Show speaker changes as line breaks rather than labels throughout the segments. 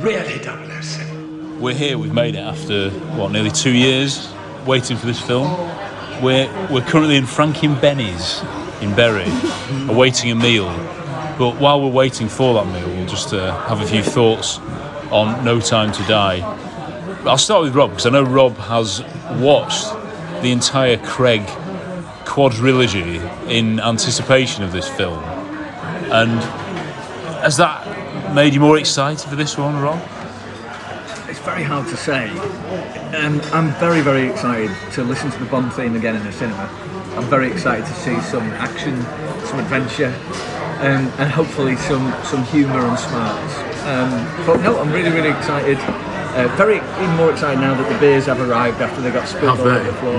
Really, 007.
We're here, we've made it after, what, nearly two years waiting for this film. We're, we're currently in Frankie and Benny's in Bury, awaiting a meal. But while we're waiting for that meal, we'll just uh, have a few thoughts on No Time to Die. I'll start with Rob, because I know Rob has watched the entire Craig quadrilogy in anticipation of this film. And has that made you more excited for this one, Rob?
It's very hard to say. Um, I'm very, very excited to listen to the Bond theme again in the cinema. I'm very excited to see some action, some adventure, um, and hopefully some, some humour and smiles. Um, but no, I'm really, really excited. Uh, very even more excited now that the beers have arrived after they got spilled all over the floor.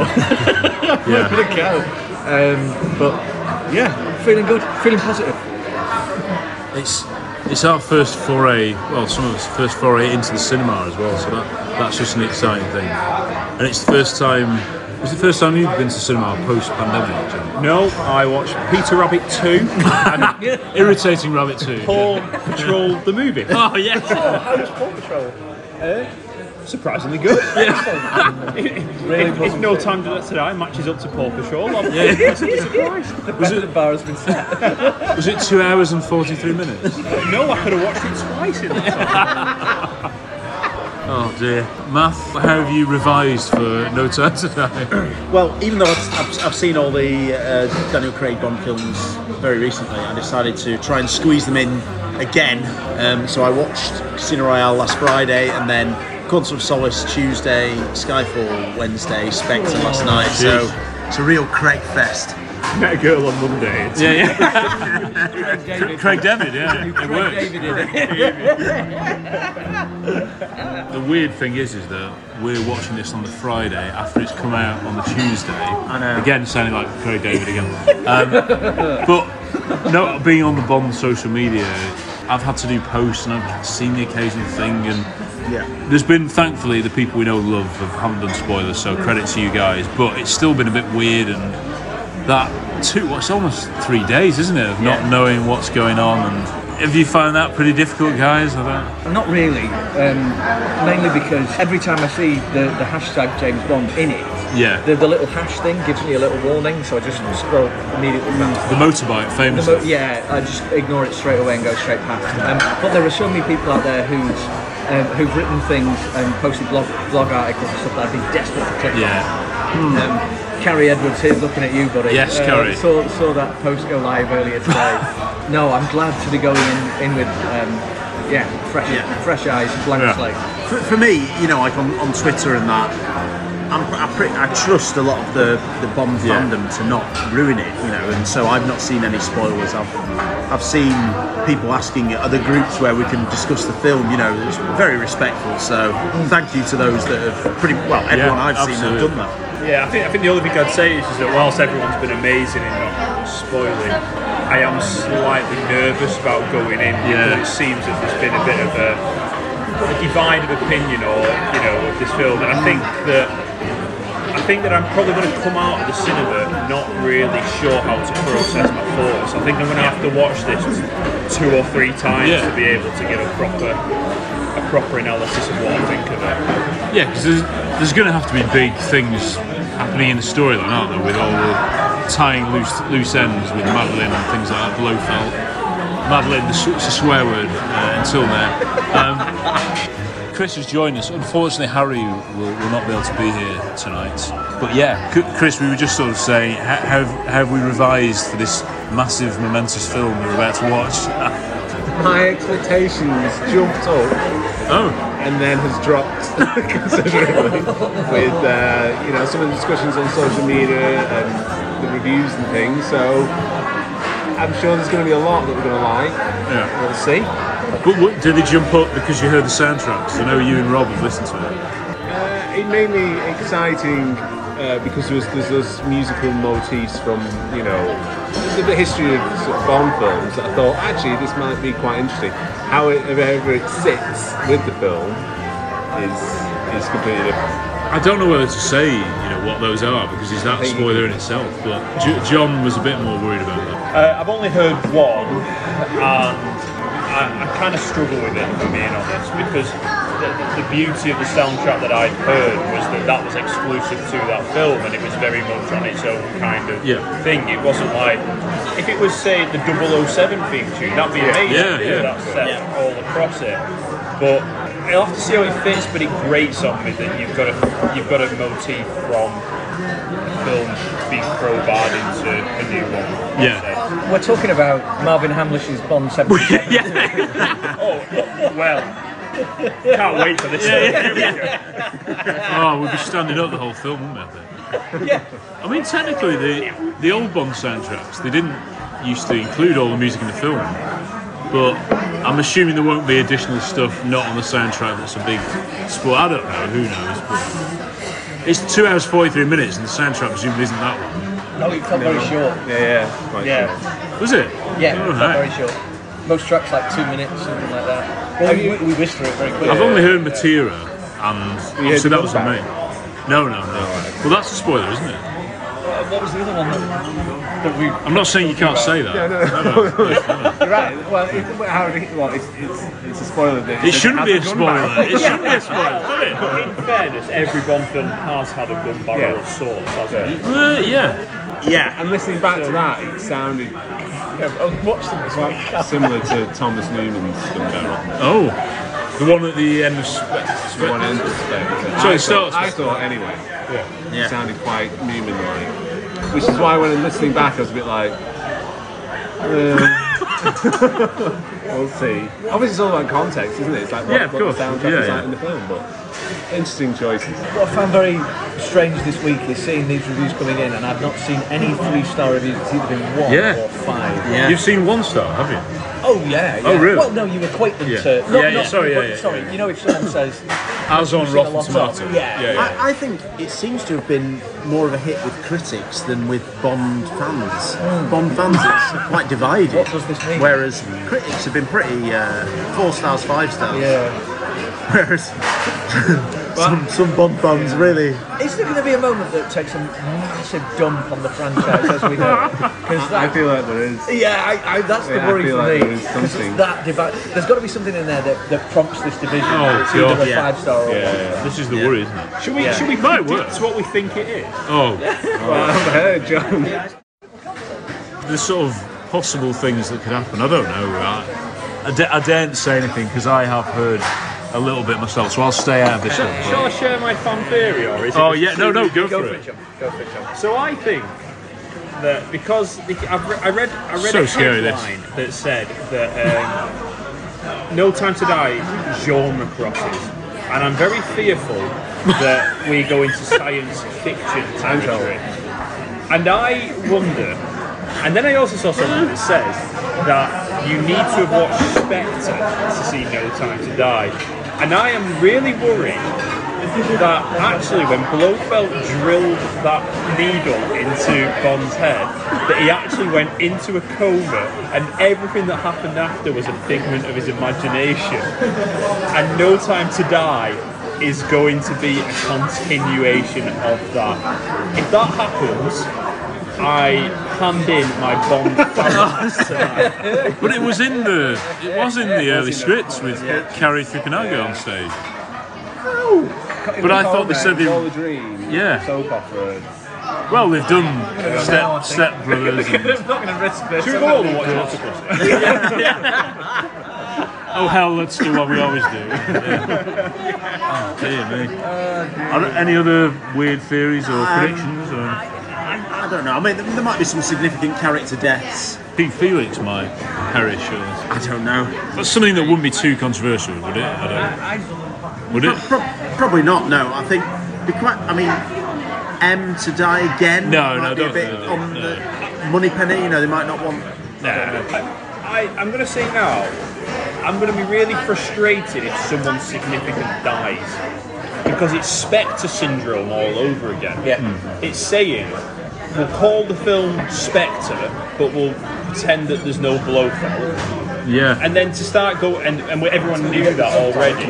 yeah. Where to go? Um, but yeah, feeling good, feeling positive.
It's it's our first foray, well, some of us first foray into the cinema as well. So that that's just an exciting thing, and it's the first time. It's the first time you've been to cinema post pandemic.
No, I watched Peter Rabbit 2 and
Irritating Rabbit too.
Paw Patrol the movie.
Oh yes.
How was Paw Patrol?
Surprisingly good.
Really
if, if
wasn't
No
it?
Time to Tonight matches up to Paw Patrol, I'm
Yeah.
The was it the bar has been set?
Was it two hours and forty three minutes?
no, I could have watched it twice in that time.
Oh dear. Math, how have you revised for No Time to Die?
Well, even though I've, I've, I've seen all the uh, Daniel Craig Bond films very recently, I decided to try and squeeze them in again. Um, so I watched Casino Royale last Friday, and then Quantum of Solace Tuesday, Skyfall Wednesday, Spectre last night. So it's a real Craig fest.
Met a girl on Monday. It's
yeah, yeah. Craig David, yeah. It works. The weird thing is, is that we're watching this on the Friday after it's come out on the Tuesday. I know. Again, sounding like Craig David again. Um, but no, being on the Bond social media, I've had to do posts and I've seen the occasional thing, and
Yeah.
there's been thankfully the people we know and love have, haven't done spoilers, so credit to you guys. But it's still been a bit weird and that two. Well, it's almost three days, isn't it, of not knowing what's going on? And have you found that pretty difficult, guys? I don't.
Not really, um, mainly because every time I see the, the hashtag James Bond in it,
Yeah.
the, the little hash thing gives me a little warning, so I just scroll immediately past.
The motorbike,
The
famously.
mo- yeah, I just ignore it straight away and go straight past. Um, but there are so many people out there who's, um, who've written things and posted blog, blog articles and stuff that I've been desperate to check out.
yeah.
Um, Carrie Edwards, here's looking at you, buddy. Uh,
Yes, Carrie.
Saw, saw that post go live earlier today. no, I'm glad to be going in, in with, um, yeah, fresh,
Yeah.
fresh eyes, blank
Yeah.
slate.
For, for me, you know, like on, on Twitter and that, I'm, I, pre- I trust a lot of the, the Bond
Yeah.
fandom to not ruin it, you know, and so I've not seen any spoilers. I've, I've seen people asking at other groups where we can discuss the film, you know, it's very respectful. So thank you to those that have pretty well, everyone I've seen
absolutely.
have done that.
Yeah, I think, I think the only thing I'd say is, is that whilst everyone's been amazing in not spoiling, I am slightly nervous about going in
Yeah.
because it seems that there's been a bit of a, a divide of opinion or you know of this film, and I think that I think that I'm probably going to come out of the cinema not really sure how to process my thoughts. I think I'm going to have to watch this two or three times
Yeah.
to be able to give a proper a proper analysis of what I think of it.
Yeah, because there's, there's going to have to be big things happening in the storyline, aren't there? With all the tying loose loose ends with Madeline and things like that, Blofeld. Madeline, the, s- it's a swear word uh, until there. Um, Chris has joined us. Unfortunately, Harry will, will not be able to be here tonight. But yeah, C- Chris, we were just sort of saying, ha- have, have we revised for this massive, momentous film we're about to watch?
My expectations jumped up
Oh,
and then has dropped considerably with uh, you know some of the discussions on social media and the reviews and things. So I'm sure there's going to be a lot that we're going to like.
yeah.
We'll see.
But what, did they jump up because you heard the soundtracks? I know you and Rob have listened to it.
It made me exciting uh, because there was, there's those musical motifs from, you know, the, the history of sort of Bond films that I thought, actually, this might be quite interesting. How it, however it sits with the film is is completely different.
I don't know whether to say you know what those are because is that a spoiler in itself. But J- John was a bit more worried about that.
Uh, I've only heard one, and I, I kind of struggle with it, if I'm being honest, because the, the beauty of the soundtrack that I'd heard was that that was exclusive to that film, and it was very much on its own kind of
Yeah.
thing. It wasn't like if it was, say, the 007 theme tune, that'd be amazing.
Yeah,
to do
yeah.
That set all across it, but. I'll have to see how it fits, but it grates on me that you've got a you've got a motif from a film being crowbarred into a new one.
Yeah.
So-
We're talking about Marvin Hamlish's Bond 77.
Oh, well. Can't wait for this. Yeah,
Oh, we'd be standing up the whole film, wouldn't we? I think? I mean, technically, the the old Bond soundtracks they didn't used to include all the music in the film, but I'm assuming there won't be additional stuff not on the soundtrack. That's a big spoil. I don't know. Who knows? But it's two hours forty three minutes, and the soundtrack presumably isn't that one.
no, it felt very short. Yeah, yeah. Quite
yeah.
Was it? All right.
short. Most tracks like two minutes, something like that. Well, we, we whisked through it very quickly.
I've only heard Matera, and obviously that was the main. No, no, no. Well, that's a spoiler, isn't it?
What was the other one that, that we
I'm not saying you can't say that.
Right. Well, it, how do you- well, it's, it's, it's a spoiler. That
It shouldn't be a
hasn't
spoiler.
gone back.
It shouldn't be a spoiler, should it?
In fairness, every Bond film has had a gun barrel
Yeah.
of sorts, hasn't it?
Uh, yeah.
Yeah,
And listening back to that, it sounded quite similar to Thomas Newman's Gunbarrel.
Oh, the one at the end of. Spe-
The one
Spe-
end of the
So it
I
starts
thought, I
with-
thought anyway.
Yeah.
It sounded quite Newman-like, which is why when I'm listening back, I was a bit like. uh, we'll see. Obviously, it's all about context, isn't it? It's like what,
Yeah, of
what the
course.
soundtrack
Yeah,
is
yeah.
like in the film, but interesting choices.
What I found very strange this week is seeing these reviews coming in, and I've not seen any three-star reviews. It's either been one
Yeah.
or five.
yeah.
You've seen one star, have you?
Oh yeah, yeah.
Oh, really?
Well, no, you equate them
Yeah.
to.
Yeah, yeah, sorry, yeah,
but-
yeah,
sorry.
yeah.
You know, if someone says
As on
seen a
Rotten
lot of-
Tomato.
yeah.
yeah, yeah.
I, I think it seems to have been more of a hit with critics than with Bond fans.
Hmm.
Bond fans are quite divided.
What does this mean?
Whereas critics have been pretty uh, four stars, five stars. Whereas some, some Bond fans really.
Is there going to be a moment that takes a massive dump on the franchise as we know? Because
I feel like there is.
yeah, I, I, that's the
Yeah, I
worry
feel
for
like there
me.
is
'cause
something.
it's that divi- There's got to be something in there that, that prompts this division.
Oh,
it's
God,
either a
yeah.
five-star or one.
This is the worry, isn't it?
Should we, should we
Might
predict
work.
what we think it is?
Oh,
I've heard, John.
the sort of possible things that could happen. I don't know. I, I, da- I daren't say anything because I have heard a little bit myself, so I'll stay out of this. one.
Shall I share my fan theory, or is it
Oh, yeah,
just
no,
too-
no, go
go
for
for
it.
it, John. Go for it, John. So I think that because the- I've re- I read I read
So
a
scary, this.
headline that said that um, No Time to Die genre crosses and I'm very fearful that we go into science fiction territory. And I wonder, and then I also saw something that says that you need to have watched Spectre to see No Time to Die. And I am really worried that actually when Blofeld drilled that needle into Bond's head, that he actually went into a coma and everything that happened after was a figment of his imagination. And No Time to Die is going to be a continuation of that. If that happens, I hand in my Bond fan tonight.
But it was in the it was in the
Yeah, it
early
was in
scripts with Carrie Fukunaga on stage.
It
Oh.
But
was
I thought they
Homer
said
and
they-
All the Dream,
Yeah.
soap opera.
Well, they've done
Now I
Step
think-
Step Brothers. And,
not going to risk this.
Should we go over and watch Octopus?
oh hell, let's do what we always do. Yeah. Oh, dear me. Um, Are there any other weird theories or predictions? Or?
I, I don't know. I mean, there, there might be some significant character deaths.
Pete Felix might perish. Or...
I don't know.
That's something that wouldn't be too controversial, would it? I don't. Would it?
Pro- pro- probably not. No, I think be quite. I mean, M to die again.
No, no,
might be a
don't
bit
do that.
on
No.
the money penny. You know, they might not want.
Nah.
I, I'm going to say now, I'm going to be really frustrated if someone significant dies. Because it's Spectre syndrome all over again. Hmm.
Yeah.
It's saying, we'll call the film Spectre, but we'll pretend that there's no Blofeld.
Yeah.
And then to start go and, and everyone knew that already.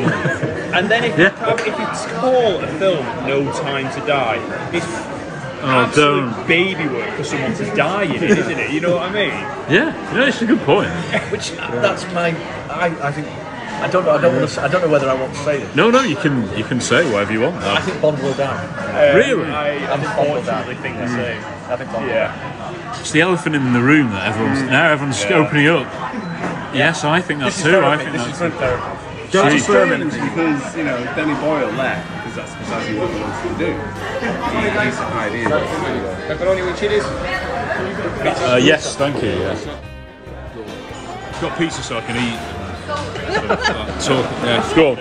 And then if,
Yeah.
you, have, if you call a film No Time to Die, it's
Oh,
absolute
don't.
baby work for someone to die in it, isn't it? You know what I mean?
Yeah. Yeah, it's a good point.
Which that's my. I, I think. I don't know. I don't want to. I don't know whether I want to say this.
No, no, you can you can say whatever you want.
I
Now.
think Bond will die.
Really?
I
I think Bond will die.
unfortunately think the same.
I think Bond.
Yeah.
It's the elephant in the room that everyone's now everyone's opening up. Yes, I think that too. I think that too.
Don't
Jeez.
affirm anything. Because, you know, Danny Boyle left because that's precisely what he wanted to do. He, he's ideal.
Uh, yes, thank you. Yes. Got pizza so I can eat. So, yeah, go.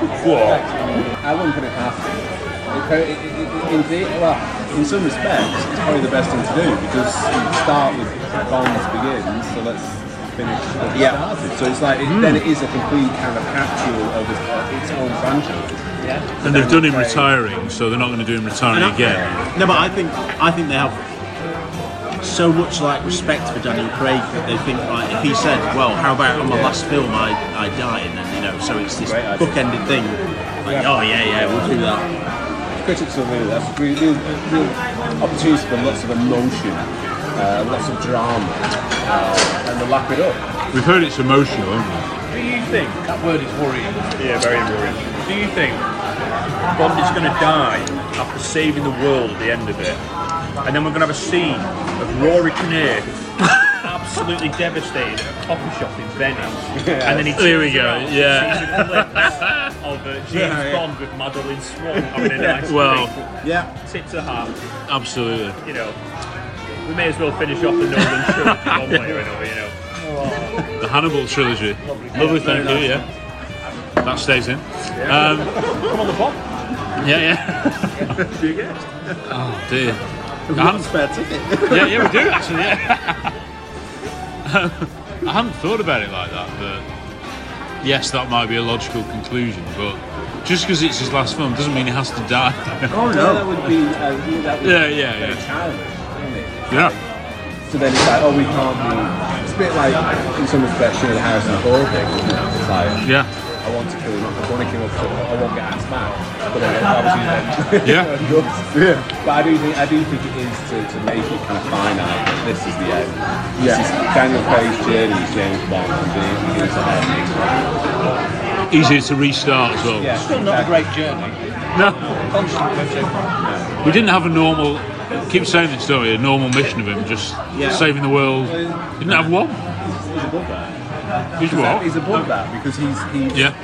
I wouldn't put it past him. It, co- it, it, it, in, the, well, in some respects, it's probably the best thing to do because you start with Bonds begins, so let's finish what we
Yeah.
started. So it's like, it, then it is a complete kind of capsule of its, of its own franchise.
And they've done him retiring, so they're not going to do him retiring again.
No, but I think I think they have so much like respect for Daniel Craig that they think like if he said, well, how about on my last film I, I die and then you know, so it's this bookended thing. Like, oh yeah, yeah, we'll do that.
Critics will really, that's real, real, real opportunities for lots of emotion, uh, lots of drama, uh, and they lap it up.
We've heard it's emotional, haven't
Do you think that word is worrying? Yeah, very worrying. Do you think Bond is going to die after saving the world at the end of it, and then we're going to have a scene of Rory Kinnear absolutely devastated at a coffee shop in Venice, and then he
There we
turns
go,
around and
uh, yeah.
sees a clip of uh, James Bond with Madeline Swan having a nice
we? Well,
drink,
Yeah.
tip to half,
absolutely.
you know. We may as well finish off the Northern Trilogy one way or another, you know.
The Hannibal trilogy. Lovely, thank you. Yeah, that stays in. Um,
Come on, the pop.
yeah, yeah. oh dear. I hadn't-
Spare ticket.
yeah, yeah, we do actually. Yeah. I hadn't thought about it like that, but yes, that might be a logical conclusion. But just because it's his last film doesn't mean he has to die.
Oh no, that would be uh, that would
Yeah,
be
yeah,
very
yeah.
childish, wouldn't it?
yeah.
So then it's like, oh, we can't be. It's a bit like in some respects, you know, the Harrison Ford thing. isn't it? It's like,
Yeah.
I want to kill him, I want to kill him, so I won't get asked back. But then obviously then.
Yeah.
yeah. But I do think I do think it is to, to make it kind of finite. That this is the end. This is Daniel Craig's journey as James Bond and being being to end.
Easier to restart as well.
Yeah,
Still not a great journey.
No,
Constant pressure.
we didn't have a normal. Keep saying this, don't we? A normal mission of him just saving the world. Didn't have one.
He's above that.
Which
He's,
what?
he's above that because he's he's
Yeah.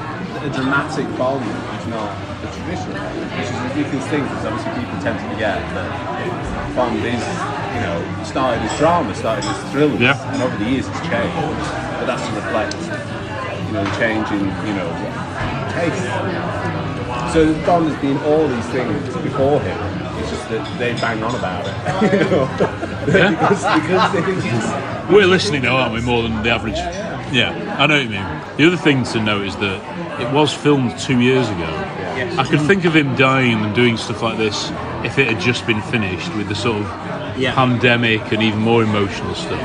a dramatic volume is not the traditional, which is a ridiculous thing because obviously people tend to forget that Bond is, you know, started as drama, started as thrillers,
Yeah.
and over the years it's changed. But that's to reflect, you know, the change in, you know,
Ace. So Bond has been all these things before him. It's just that they bang on about it. You know? because, because they think it's
We're listening now, aren't we? More than the average. Yeah, I know what you mean. The other thing to note is that it was filmed two years ago.
Yes.
I could think of him dying and doing stuff like this if it had just been finished with the sort of
Yeah.
pandemic and even more emotional stuff.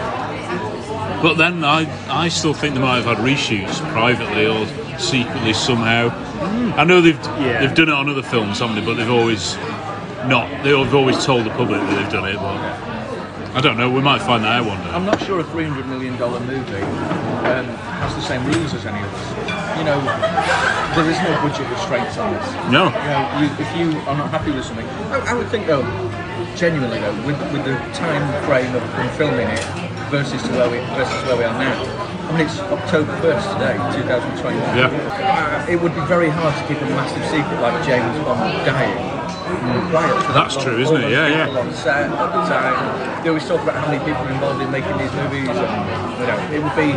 But then I, I still think they might have had reshoots privately or secretly somehow. I know they've they've done it on other films, haven't they? But they've always not. They've always told the public that they've done it. But I don't know. We might find that out one day.
I'm not sure a $300 million movie um, has the same rules as any of us. You know, there is no budget restraints on this.
No.
You know, you, if you are not happy with something, I, I would think, though, genuinely, though, with, with the time frame of from filming it versus to where we versus where we are now. I mean, it's October 1st today, 2021.
Yeah.
Uh, it would be very hard to keep a massive secret like James Bond dying. Right up
Mm.
to that
That's
long,
true, isn't it?
all those
Yeah,
people
yeah.
on set at the time. They always talk about how many people are involved in making these movies. And, you know, it would be.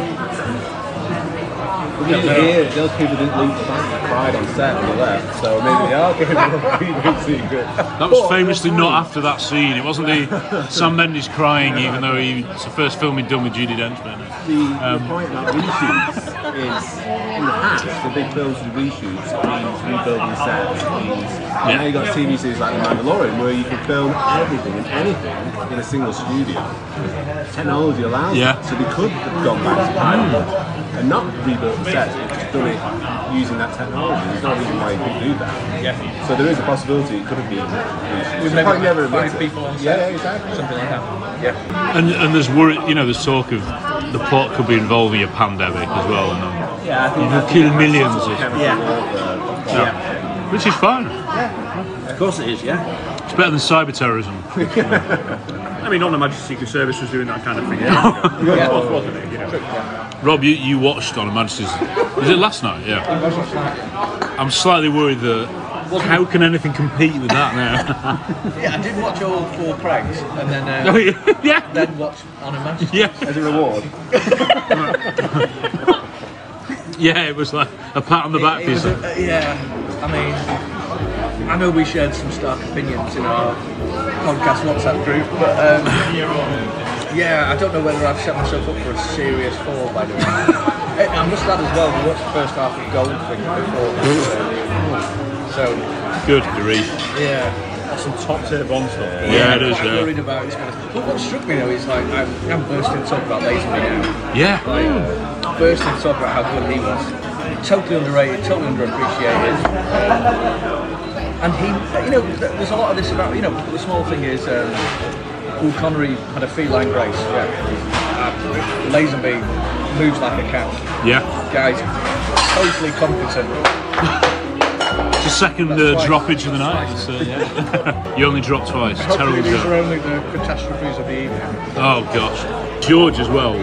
We didn't hear that uh, those people didn't leave the bank cried on set when they left, so maybe they are giving them a secret.
That was famously not after that scene. It wasn't the Sam Mendes crying, even though he, it's the first film he'd done with Judy Dench. wasn't it?
The, the point about reshoots is in the past, the big films with reshoots means rebuilding sets. Means, and Now you've got TV series like The Mandalorian where you can film everything and anything in a single studio. Technology allows
Yeah.
it, so they could have gone back to pilot and not rebuilt the sets, but just done it using that technology. There's no reason why you could do that.
Yeah.
So there is a possibility it could have been reshoots.
With
You
maybe
can't get rid of
five
it.
people on
Yeah,
set.
yeah, exactly.
Something like that. Yeah.
And, and there's worry, you know, there's talk of the plot could be involving a pandemic as well, and
Yeah, I
you
think
could kill millions. Of,
Yeah. Yeah.
which is fine.
Of course it is, yeah.
It's better than cyber terrorism.
I mean, not the Magic Secret Service was doing that kind of thing. Yeah.
Yeah.
wasn't it? You know?
Rob, you, you watched on a Manchester's. Was it last night? Yeah. I'm slightly worried that how can anything compete with that now?
Yeah, I did watch all four Craigs and then uh,
Oh, yeah. yeah.
then watch On a Magic.
Yeah.
As a reward.
Yeah, it was like a pat on the back
It
for
was a-
yourself.
uh, yeah, I mean, I know we shared some stark opinions in our podcast WhatsApp group, but um, yeah, I don't know whether I've set myself up for a serious fall by doing that. Eh, I must add as well, we watched the first half of Goldfinger before this, so
Good grief.
yeah,
That's some top tier Bond stuff.
Yeah, it is,
I'm
yeah.
worried about it's going to. But what struck me though is like I'm, I'm bursting to talk about Lazenby now.
Yeah.
Like, first and talk about how good he was. Totally underrated, totally underappreciated. And he, you know, th- there's a lot of this about, you know, the small thing is, um, Paul Connery had a feline grace, yeah. Uh, Lazenby moves like a cat.
Yeah.
Guys, totally competent.
It's the second
That's
uh,
twice.
droppage of the
That's
night.
twice.
So, yeah. you only dropped twice. Terrible
Hopefully these are
joke.
only the uh, catastrophes of the evening.
Oh gosh. George as well.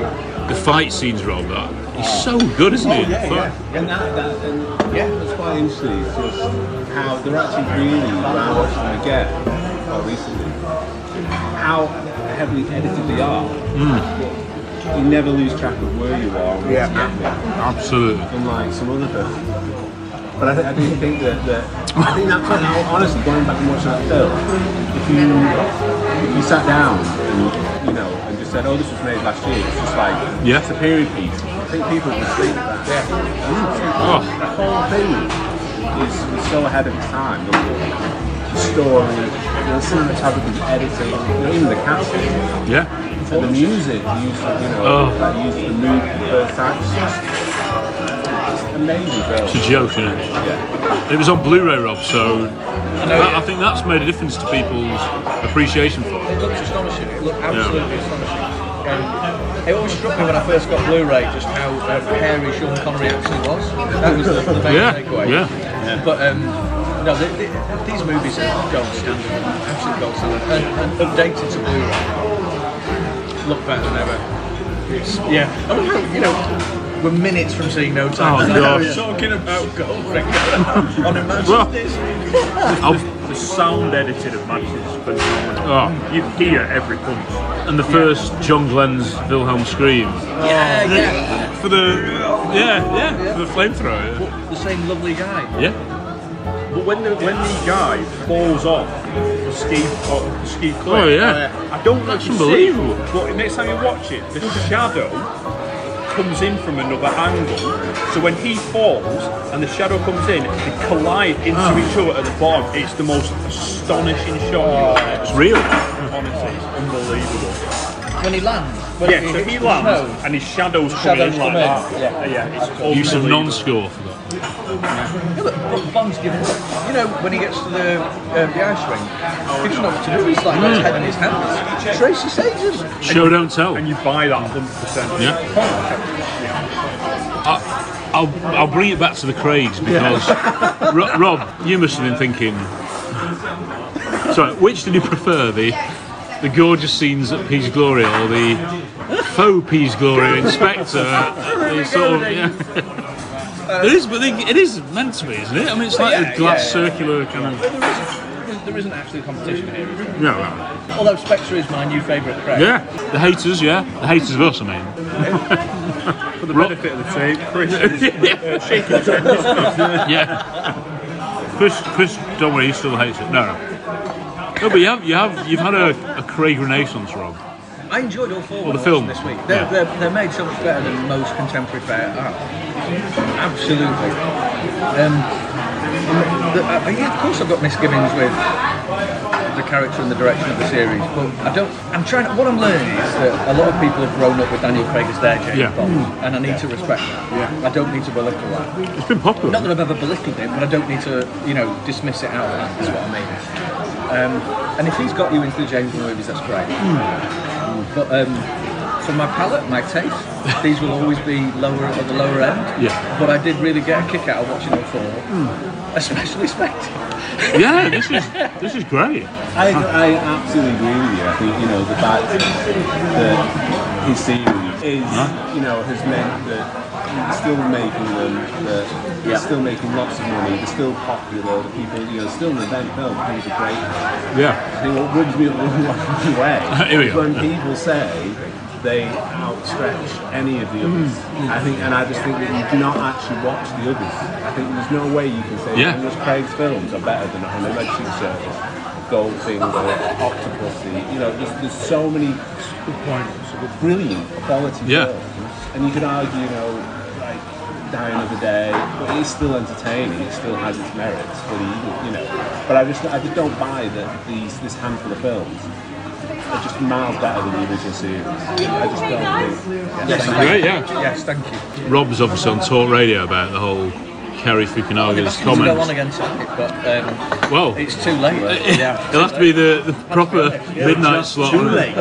The fight scenes are all that. He's so good, isn't
Oh,
he? Fuck.
And that, that and yeah, that's quite interesting. It's just how they're actually really, when I watched them again, quite recently, how heavily edited they are. You never lose track of where you are. and
Yeah.
what's happening,
Absolutely.
Unlike some other films. But I, th- I do think that, that I think that's what, honestly, going back and watching that film, if you, if you sat down and, you know, and just said, oh, this was made last year, it's just like,
Yeah.
it's a period piece. I think people would think that.
Oh.
The whole thing is, is so ahead of its time. The, the story, the cinematography, the editing, you know, even the casting,
Yeah.
and the music, the use of, you know,
Oh.
that use the mood for the first time. It's just- it's just amazing film.
It's a joke, isn't it?
Yeah.
It was on Blu-ray, Rob. So
I know,
that,
yeah.
I think that's made a difference to people's appreciation for it.
It looks astonishing. It looked absolutely astonishing. Um, it always struck me when I first got Blu-ray just how um, hairy Sean Connery actually was. That was the, the main
Yeah,
takeaway.
yeah.
But um, no, the, the, these movies are gold standard, absolute gold standard, and, and updated to Blu-ray. Look better than ever. It's, yeah. Oh, no, you know, we're minutes from seeing No Time.
Oh,
I know,
gosh.
we're Talking about Goldfinger on Imagine
Well,
Disney.
I'll-
The sound editing of Magic is phenomenal.
oh.
You hear every punch.
And the first John Glenn's Wilhelm scream
Yeah, yeah.
for the yeah yeah for the flamethrower.
The same lovely guy.
Yeah.
But when the when the guy falls off the ski off the ski cliff, uh,
Oh, yeah.
I don't
That's
actually
unbelievable.
See, but next time you watch it, the shadow comes in from another angle. So when he falls and the shadow comes in, they collide into
Ah.
each other at the bottom. It's the most astonishing shot you've ever.
It's real.
Honestly, it's unbelievable.
When he lands. When
Yeah, so
hits
he
the
lands
snow,
and his shadows come
shadows
in like
come in.
that.
Yeah.
Ah, yeah, it's
Use of
unbelievable.
non-score for that.
Yeah, but Bro- Bond's given up. You know, when he gets to the, um, the ice rink,
Oh,
he doesn't know what to do. He's like, got
Mm.
his head in his hands. Tracy saves him.
Show don't tell.
And you buy that 100%.
Yeah. I, I'll, I'll bring it back to the Craigs because Ro- Rob, you must have been thinking. Sorry, which did you prefer, the the gorgeous scenes at Peace Glory or the faux Peace Glory Inspector? The sort of- yeah. It is, but they, it is meant to be, isn't it? I mean, it's
Well,
like
yeah,
a glass
yeah.
circular kind of.
But there isn't, there isn't actually competition here. is there?
No, no.
Although Spectre is my new favourite Craig.
Yeah, the haters, yeah, the haters of us. I mean,
For the
Rob-
benefit of the tape, Chris is uh, shaking his head.
yeah. Chris, Chris, don't worry, he still hates it. No, no. No, but you have, you have, you've had a, a Craig Renaissance, Rob.
I enjoyed all four
Well, the
when I watched
film.
them this week. They're,
Yeah.
they're, they're made so much better than most contemporary fair art. Absolutely. Um, the, uh, yeah, of course, I've got misgivings with the character and the direction of the series, but I don't. I'm trying. What I'm learning is that a lot of people have grown up with Daniel Craig as their James
Yeah. Hmm.
Bond, and I need to respect that. Yeah. I don't need to belittle that.
It's been popular.
Not that I've ever belittled it, but I don't need to, you know, dismiss it out. That's what I mean. Um, and if he's got you into the James Bond movies, that's great.
Hmm.
But um, for my palate, my taste, these will always be lower at the lower end.
Yeah.
But I did really get a kick out of watching them four,
Hmm.
especially Spectre.
Yeah, this is this is great.
I, I absolutely agree with you. I think you know the fact that his series is you know has meant that he's still making them, that he's
Yeah.
still making lots of money, they're still popular, the people you know still an event film, people are great.
Yeah,
I think what rubs me up the wrong way
Here we
is
go.
when people say they outstretch any of the others.
Hmm.
I think, and I just think that you do not actually watch the others. I think there's no way you can say
Yeah.
Nicholas Craig's films are better than on the Magic Circus, Goldfinger, Octopussy. You know, there's, there's so many sort of brilliant quality
Yeah.
films, and you could argue, you know, like Die Another Day, but it's still entertaining. It still has its merits, but you, you know. But I just, I just don't buy that these this handful of films are just miles better than the original series. I just don't. Think.
Yes,
great. Yeah,
yes, thank you.
Rob's obviously on talk radio about the whole Kerry Fukunaga's
I'll go on
comments.
again, Saturday, but um,
Well,
it's too late. yeah.
it'll have to be the, the proper midnight slot.
Too
on it.
late.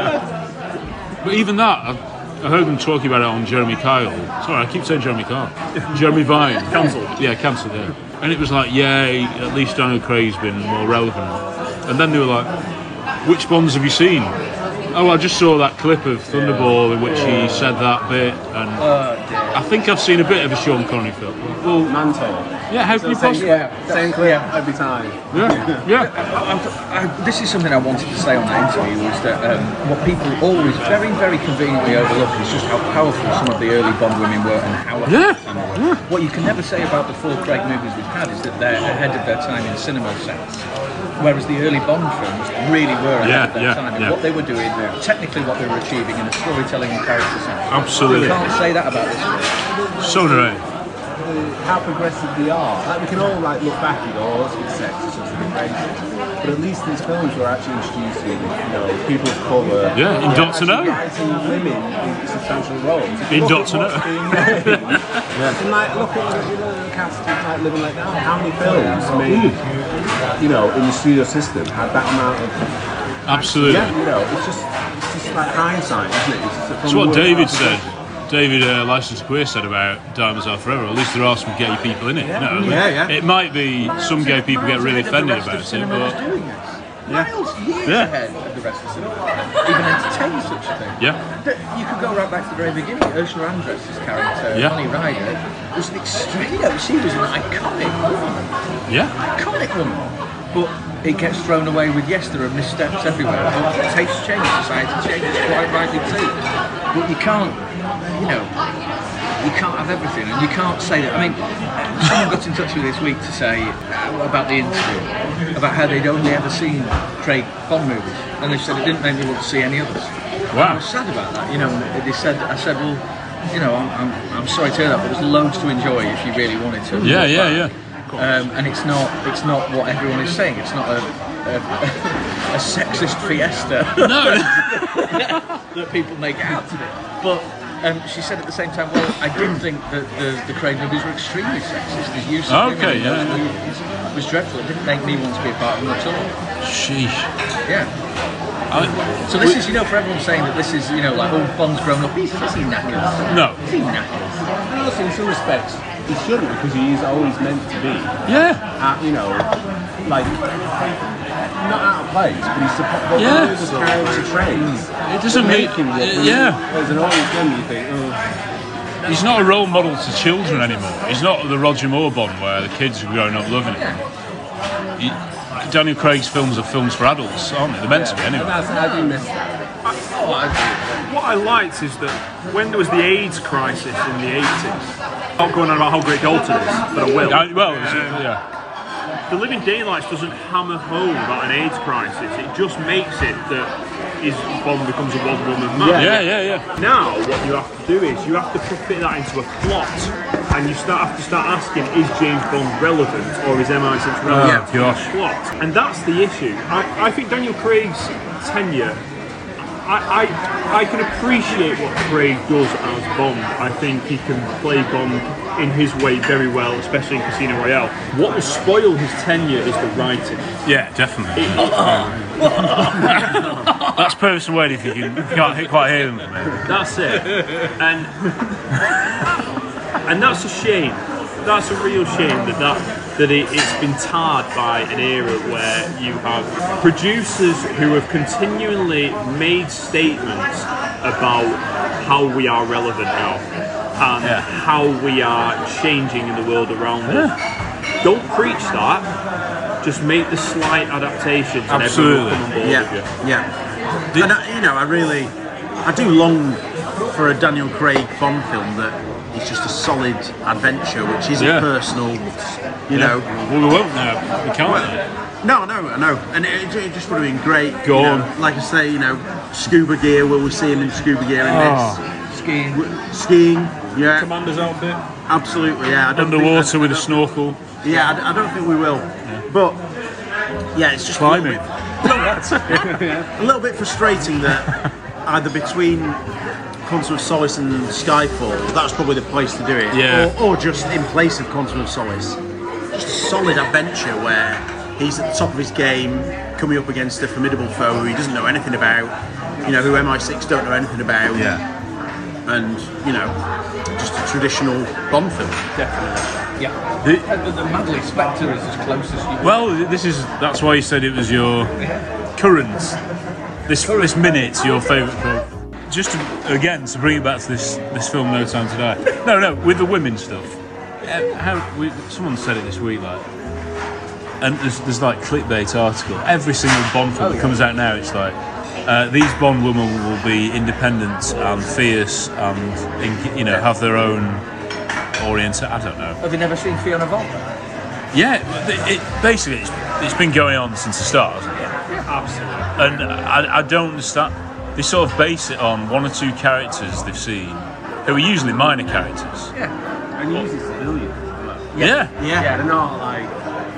But even that, I, I heard them talking about it on Jeremy Kyle. Sorry, I keep saying Jeremy Kyle. Jeremy Vine. Cancelled. Yeah, cancelled, yeah. And it was like, yay, at least Daniel Craig's been more relevant. And then they were like, which Bonds have you seen? Oh, I just saw that clip of Thunderball in which he said that bit. And I think I've seen a bit of a Sean Connery film. Well,
Mantle.
yeah, how can you possibly.
Yeah.
Same clip every time.
Yeah, yeah.
I, I, this is something I wanted to say on that interview was that um, what people always very, very conveniently overlook is just how powerful some of the early Bond women were and how ahead
Yeah,
of time they were. What you can never say about the four Craig movies we've had is that they're ahead of their time in cinema sense. Whereas the early Bond films really were ahead
Yeah,
of their
yeah,
time in
yeah.
what they were doing, technically what they were achieving in a storytelling and character sense.
Absolutely.
You can't say that about this film.
So did I.
how progressive they are. Like we can all like look back and go, oh, it's been sexist, it's been racist. But at least these films were actually introducing, you know, people of colour.
Yeah, in Doctor No.
actually writing women in substantial roles.
In
Look at
Doctor
what's
No.
being made. And like, look at you know, the cast of like Living Like Now. How many films made,
Hmm.
you know, in the studio system had that amount of...
Absolutely.
Yeah, you know, it's just, it's just like hindsight, isn't it? It's just a-
It's
from
what
one
David
out of-
said. David, uh, licensed queer, said about Diamonds Are Forever. At least there are some gay people in it. Yeah,
Yeah, yeah.
It might be some gay people get really offended
The
about
rest of
it,
cinema was
but
doing this. Miles years
Yeah.
ahead of the rest of cinema. Even entertain such a thing.
yeah,
That You could go right back to the very beginning. Ursula Andress's character,
Yeah.
Bonnie Ryder, was an extreme. You know, she was an iconic woman.
yeah,
Iconic woman. But it gets thrown away with yes, there are missteps everywhere. But tastes change, society changes, quite rightly too. But you can't, you know, you can't have everything, and you can't say that. I mean, someone got in touch with me this week to say uh, about the interview, about how they'd only ever seen Craig Bond movies, and they said it didn't make me want to see any others.
Wow.
I was sad about that, you know. and They said, I said, well, you know, I'm, I'm, I'm sorry to hear that, but there's loads to enjoy if you really wanted to.
Yeah, yeah, yeah.
Um, and it's not, it's not what everyone is saying. It's not a, a, a sexist fiesta.
No.
that people make it out to be. But um, she said at the same time, well, I did think that the, the Crane movies were extremely sexist. The use of women
Okay,
in
yeah.
those movies was dreadful. It didn't make me want to be a part of them at all.
Sheesh.
Yeah.
I-
So this is, you know, for everyone saying that this is, you know, like, oh, Bond's grown up. He's, he's knackered.
No.
He's knackered.
And also, in some respects, he shouldn't because he is always meant to be.
Yeah.
At, you know, like not out of place, but he's supposed. But
Yeah.
those are the character traits.
It
that
doesn't mean- uh,
make him. what he is.
yeah.
As an audience member, you think, oh,
He's
He's not a role model to children anymore. He's not the Roger Moore Bond where the kids are growing up loving it. He- Daniel Craig's films are films for adults, aren't they? They're meant to be anyway.
that's I do miss that.
What I liked is that when there was the AIDS crisis in the 80s, I'm not going on about how great Dalton is, but I will.
Uh,
Yeah, well, it's-
Um,
yeah.
The Living Daylights doesn't hammer home about an AIDS crisis. It just makes it that his Bond becomes a one woman man.
Yeah, yeah, yeah.
Now, what you have to do is you have to fit that into a plot, and you start have to start asking: Is James Bond relevant, or is MI6 relevant
Oh,
to
gosh.
the plot? And that's the issue. I, I think Daniel Craig's tenure. I, I I can appreciate what Craig does as Bond. I think he can play Bond in his way very well, especially in Casino Royale. What will spoil his tenure is the writing.
Yeah, definitely. That's Purvis Wade if you can, if you can't quite hear them. man.
That's it. And and that's a shame. That's a real shame that that, that it, it's been tarred by an era where you have producers who have continually made statements about how we are relevant now and
Yeah.
how we are changing in the world around us. Don't preach that. Just make the slight adaptations and everyone will
Absolutely.
come on board with you.
Yeah, yeah. and I, you know, I really, I do long for a Daniel Craig Bond film that is just a solid adventure, which isn't
Yeah.
personal. You
Yeah.
know,
Well, we won't now. We can't.
no, no, I know, and it, it just would have been great. you
Go
know. like I say, you know, scuba gear. Will we see him in scuba gear in
Ah.
Skiing.
this? Skiing, yeah,
Commander's outfit.
absolutely, yeah. I don't think-
Underwater with
I
a
don't-
snorkel.
Yeah, I, I don't think we will. But yeah, it's just
Climbing.
A little bit, a little bit frustrating that either between Quantum of Solace and Skyfall, that was probably the place to do it.
Yeah.
Or, or just in place of Quantum of Solace, just a solid adventure where he's at the top of his game, coming up against a formidable foe who he doesn't know anything about. You know, who MI6 don't know anything about. Yeah. And you know, just a traditional Bond film.
Yeah.
The-
And the, the Madly Spectre is as close as you
Well, this is that's why you said it was your current, this this minute, your favourite film. Just to, again to bring it back to this this film, No Time to Die. No, no, with the women stuff. Uh, How we, someone said it this week, like, and there's, there's like clickbait article. Every single Bond film that comes out now, it's like. Uh, these Bond women will be independent and fierce, and in, you know have their own orient. I don't know.
Have you never seen Fiona Vaughan?
Yeah, it, it, basically, it's, it's been going on since the start, hasn't it? Absolutely. And I, I don't understand. They sort of base it on one or two characters they've seen, who are usually minor characters.
And usually civilian.
Yeah.
Yeah.
Yeah, they're not like.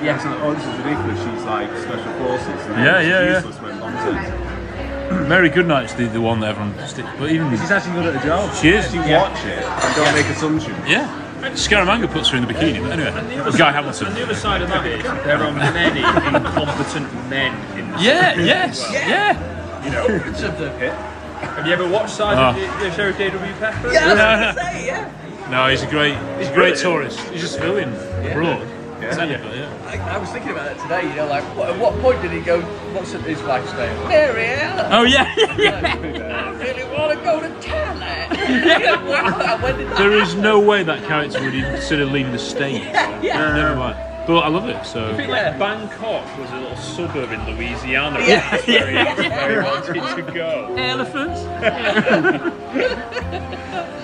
Yeah, it's like, oh, this is ridiculous. She's like special forces. And
Yeah,
it's
yeah, yeah.
Useless when Bond says it.
Mary Goodnight's the, the one that everyone sticks. But even.
She's actually good at her job.
She is.
You
Yeah.
watch it and don't make assumptions.
Yeah. Scaramanga puts her in the bikini, but anyway. Guy
And
Hamilton.
the other side of that is there are many incompetent men in the
Yeah, yes, yeah.
You know, Have you ever watched
Ah.
Sergeant the, the Sheriff J.W. Pepper?
No, no. No, he's a great, he's a great tourist. He's a civilian abroad. Technically, yeah.
I, I was thinking about that today, you know, like, what, at what point did he go, what's his wife's name? Mary Ellen!
Oh yeah,
I really want to go to Thailand! when did that
There is no way that character would even consider leaving the stage.
Yeah.
Never mind. But I love it. So
A bit
like Bangkok was a little suburb in Louisiana.
Yeah.
It's Where, he,
Yeah.
where he wanted to go.
Elephants.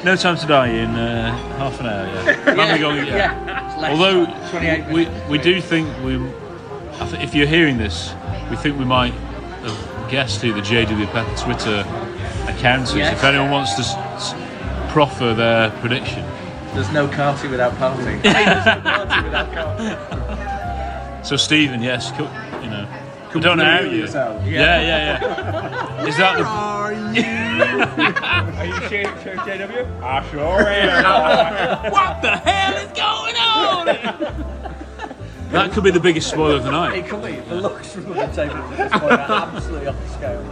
No time to die in uh, half an hour. Yeah.
Yeah,
Family Guy,
yeah. It's less
Although
than 28
we, we do think we, I th- if you're hearing this, we think we might have guessed who the JW Pep Twitter account is.
Yes.
If anyone wants to s- s- proffer their prediction.
There's no party without party.
So Stephen, yes, co- you know, I don't know how you.
yourself.
Yeah, yeah, yeah. Is that the-
Are
Are
you
you
ashamed,
JW?
I
sure am.
what the hell is going on?
That could be the biggest spoiler of the night.
the looks from the table at this point are absolutely off scale.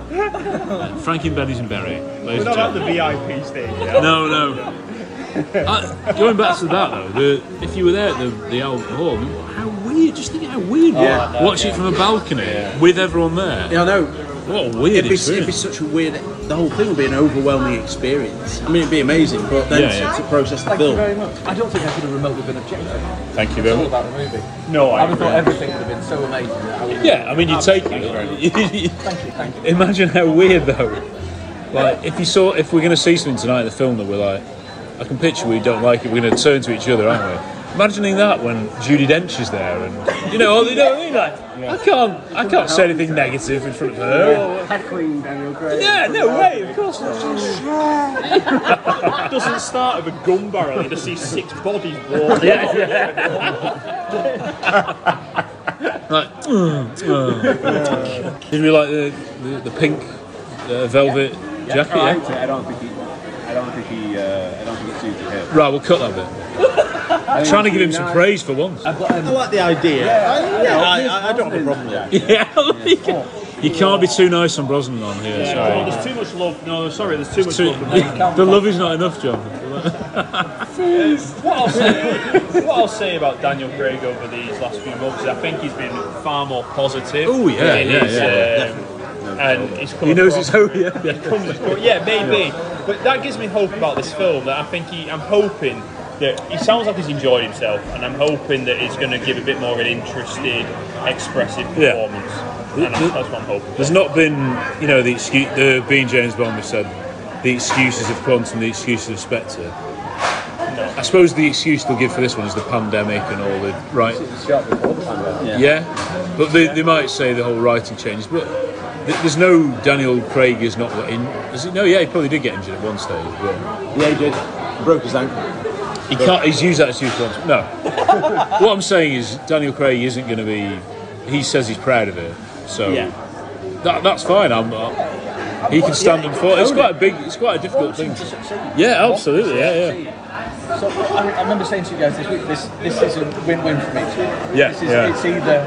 Frankie Benny's and Berry.
We're
ladies and
not at the
gentlemen.
VIP stage. yet.
No, no. Uh, going back to that though, the, if you were there at the, the Albert Hall, how weird! Just think how weird.
Oh, Yeah.
Watch it from a balcony with everyone there.
Yeah, I know.
What a weird
it'd be, it'd be
experience.
such a weird. The whole thing would be an overwhelming experience. I mean, it'd be amazing, but then
Yeah,
to-
yeah.
to, process the
Thank you
film.
very much. I don't think I could have remotely been objective.
Thank you
It's
very
all
much.
about the movie.
No, I
I would thought
agree.
everything would have been so amazing. That I would
Yeah, I mean, you take
Thank you very much.
it.
Thank you, thank you.
Imagine how weird though. Like if you saw, if we're going to see something tonight in the film that we're like, I can picture we don't like it. We're going to turn to each other, aren't we? Imagining that when Judy Dench is there, and you know, you know what I mean? Like, I can't, I can't say anything negative in front of her.
Heckling Daniel Craig.
Yeah, no way, of course not.
doesn't start with a gun barrel. You just see six bodies Oh, walking.
Yeah, Like, did we like the the, the pink uh, velvet jacket?
Oh, I
Yeah?
liked it. I don't think he. I don't think he. Uh, I don't think it suited him.
Right, we'll cut that bit. I'm trying to give him some praise for once.
um,
I like the idea. I, yeah, I, I don't have a problem with it.
Yeah, you can't be too nice on Brosnan on here.
Oh,
sorry.
there's too much love. No, sorry, there's too much
Too-
love.
the love is not enough, John.
What I'll, say, what I'll say about Daniel Craig over these last few months is I think he's been far more positive.
Oh, yeah,
in
yeah,
his,
yeah,
um, and he's come
He knows
across-
his own. Yeah.
comes- but yeah, maybe. But that gives me hope about this film. That I think he, I'm hoping that he sounds like he's enjoyed himself, and I'm hoping that he's going to give a bit more of an interested, expressive
Yeah.
performance. And that's, that's what I'm hoping.
There's not been, you know, the excuse. The being James Bond has said the excuses of Quantum, the excuses of Spectre. I suppose the excuse they'll give for this one is the pandemic and all the right.
Shot before the pandemic.
Yeah, but they, they might say the whole writing changed, but th- there's no Daniel Craig is not what in. Is he? No, yeah, he probably did get injured at one stage, but
Yeah, he did. He broke his ankle.
he can't. He's used that as two times. No, what I'm saying is Daniel Craig isn't going to be. He says he's proud of it, so
Yeah.
that, that's fine. I'm. i he can stand and fall. It's quite a big. It's quite a difficult thing.
to succeed.
Yeah, absolutely. Yeah, yeah.
So I, I remember saying to you guys this week, this this is a win-win for me.
Yeah,
This is,
yeah.
It's either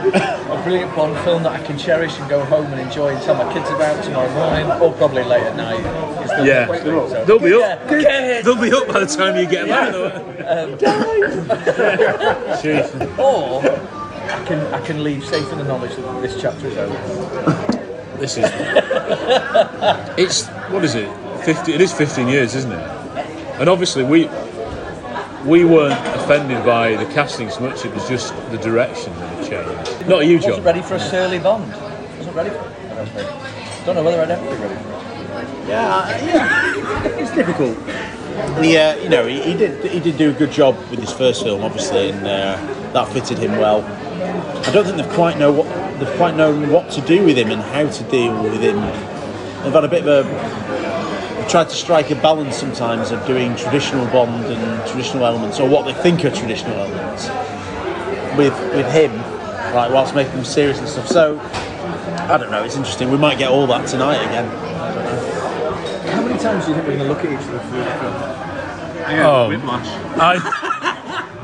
a brilliant Bond film that I can cherish and go home and enjoy and tell my kids about tomorrow morning, or probably late at night. It's the
Yeah.
win-win thing, so-
They'll be up.
Yeah, good.
They'll be up by the time you get
Yeah.
there.
Or I can I can leave safe in the knowledge that this chapter is over.
This is. it's what is it? Fifty. It is fifteen years, isn't it? And obviously we we weren't offended by the casting so much. It was just the direction that had changed. Not you, John.
Wasn't ready for a surly Bond. Wasn't ready for it. I don't think. Don't know whether I'd ever be ready for it.
Yeah, yeah. it's difficult. He, uh, you know, he, he did he did do a good job with his first film, obviously, and uh, that fitted him well. I don't think they've quite know what they've quite known what to do with him and how to deal with him. They've had a bit of a they've tried to strike a balance sometimes of doing traditional Bond and traditional elements, or what they think are traditional elements, with with him, like whilst making him serious and stuff. So I don't know. It's interesting. We might get all that tonight again.
How many times do you think we're going to look at each other through the film?
I had
Oh.
whiplash.
I,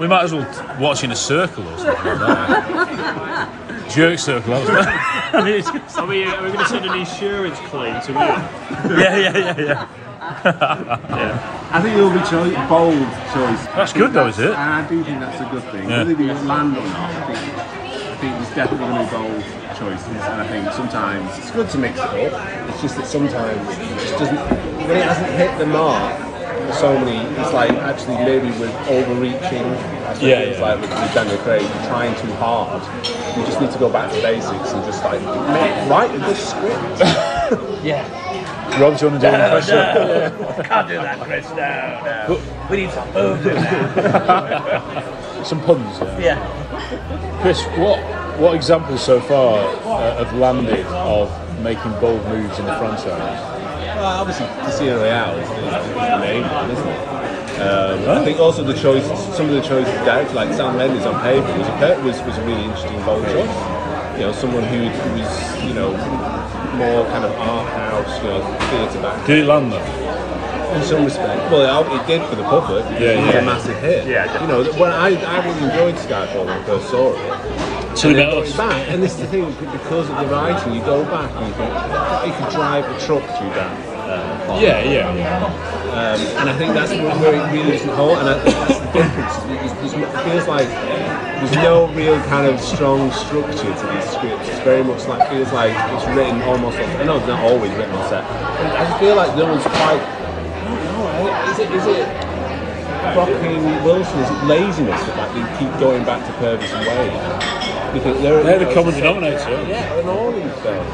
we might as well t- watch in a circle or something like that. Jerk circle. that was- I mean, it's-
Are we, are we going to send an insurance claim to you?
yeah, yeah, yeah, yeah.
I think it'll be choi- bold choice. I
That's
think
good though, is it?
And I do think that's a good thing.
Yeah.
Whether they land or not, I think, I think there's definitely going to be bold choices. And I think sometimes it's good to mix it up. It's just that sometimes it just doesn't, when it hasn't hit the mark,
there's so many. It's like actually maybe we're overreaching. That's what
Yeah,
it
yeah.
feels like with, with Daniel Craig we're trying too hard. We just need to go back to basics and just like make, write a good script.
Yeah.
Rob, do you want to do an impression?
I can't do that, Chris. No, no. We need some movement.
Some puns. Yeah.
Yeah.
Chris, what what examples so far uh, have landed of making bold moves in the franchise?
Well, obviously, Casino Royale is, is, is the main one, isn't it? Um, I think also the choice, some of the choices direct, like Sam Mendes on paper was a pe- was, was a really interesting bold choice. You know, someone who was you know more kind of art house, you know, theatre back
Did it land though?
in some respect. Well, it, it did for the public.
Yeah,
it was
yeah.
a massive hit.
Yeah,
you know, when I I really enjoyed Skyfall when I first saw it.
Till
And
it
then
got
going back, and this is the thing because of the writing, you go back and you think you could drive a truck through that. Uh, plot.
Yeah, yeah, yeah.
Um, and I think that's where where it really doesn't hold. And I think that's the difference. It, it, just- it feels like there's no real kind of strong structure to these scripts. It's very much like feels like it's written almost. On, I know it's not always written on set. But I just feel like no one's quite. I don't know. I- Is it? Is it? Broccoli and Wilson is it laziness that like, they keep going back to Purvis and Wade. Because they're,
They're the
you know,
common
it's the same-
denominator.
yeah, and all these films.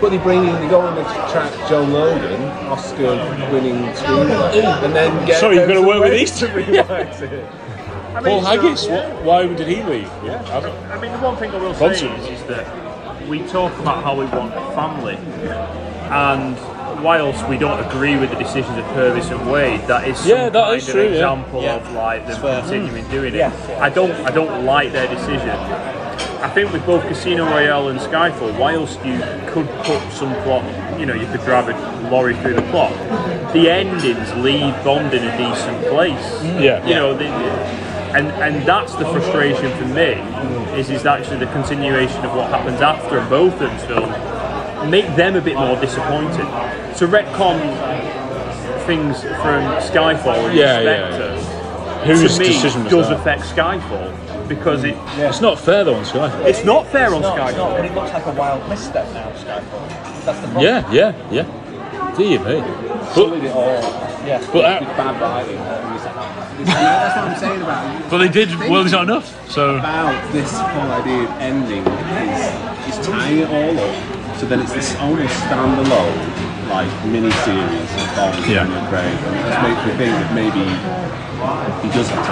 But they bring in, they go on the track John Logan, Oscar winning screenplay, and then get.
Sorry, you've got to
those
work with
away.
these two.
I mean,
Paul
so-
Haggis, what, why did he leave? I don't-
I mean, the one thing I will say
Bunsen.
is, is that we talk about how we want a family, and whilst we don't agree with the decisions of Purvis and Wade, that is some
Yeah, that
kind
is
of
true, yeah.
example
Yeah.
of like them
It's fair.
continuing doing it. I don't, I don't like their decision. I think with both Casino Royale and Skyfall, whilst you could put some plot, you know, you could drive a lorry through the plot, the endings leave Bond in a decent place
Yeah.
you know, the, and and that's the frustration for me is is actually the continuation of what happens after both of them's film make them a bit more disappointed. To retcon things from Skyfall and
Yeah, yeah,
Spectre,
Whose
to me
decision was
does
that?
affect Skyfall because it
It's not fair though on Skyfall.
it's not fair on
No, it's not,
Skyfall.
but it looks like a wild misstep now, Skyfall. That's the problem.
Yeah, yeah, yeah. Dear me.
Solid it all.
Yeah.
But uh,
With
that,
bad writing. It's- That's what I'm saying about it.
but they did. Well, there's not enough. So
about this whole idea of ending is, is tying it all up so that it's this almost standalone like mini series of Bond
Yeah.
and Daniel Craig and it just makes me think that maybe he does have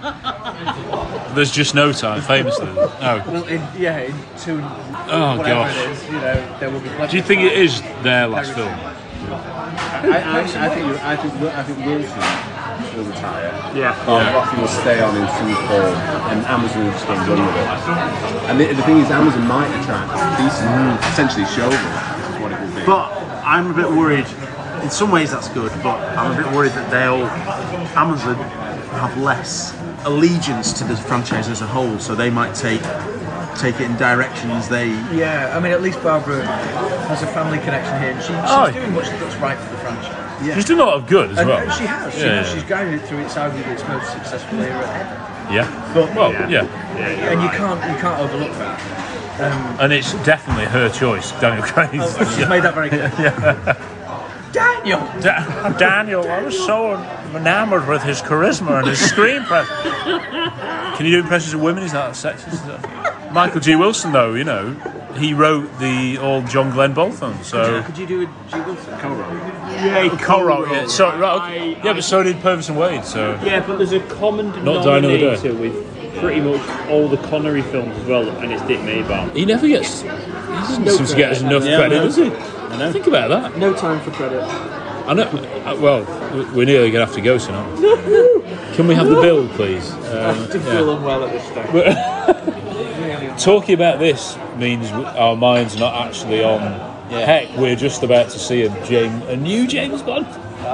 time to die.
there's just no time. Famously, no.
Well, in, yeah, in two.
Oh,
whatever
gosh.
it is, you know, there will be plenty
Do you
of
think it
time.
is their last film?
I, I, I think you're- I think Wil- I think Wilson will retire.
Yeah.
Bob Rocky will stay on in some form, and Amazon will just go run with it. And the, the thing is, Amazon might attract decent, essentially showroom, which is what it will be.
But I'm a bit worried. In some ways, that's good, but I'm a bit worried that they'll Amazon have less allegiance to the franchise as a whole, so they might take take it in directions they.
Yeah, I mean, at least Barbara has a family connection here, and she, she's
Oh.
doing what she thinks right for the franchise.
She's done a lot of good as
And,
well.
and she has. She
Yeah,
has. She's guided it through its arguably its most successful era ever.
yeah. Well, yeah.
and you can't you can't overlook that.
And it's definitely her choice, Daniel Craig.
Oh, she's made that very clear. Daniel.
Da- Daniel, I was so enamoured with his charisma and his screen presence. Can you do impressions of women? Is that sexist? Michael G. Wilson, though, you know, he wrote the old John Glenn Bolton, so.
Could you do a G Wilson?
Yeah,
Corot, yeah. So, right, okay. yeah, but so did Purvis and Wade, so.
Yeah, but there's a common
Not Die Another Day.
denominator with pretty much all the Connery films as well, and it's Dick Maybaum.
He never gets. He doesn't seem to get as enough credit, does he? Think about that.
No time for credit.
I know. uh, Well, w- we're nearly going to have to go tonight. Can we have the bill, please? Um,
to feel unwell at this stage.
talking about this means w- our minds are not actually on. Heck, we're just about to see a James, a new James Bond.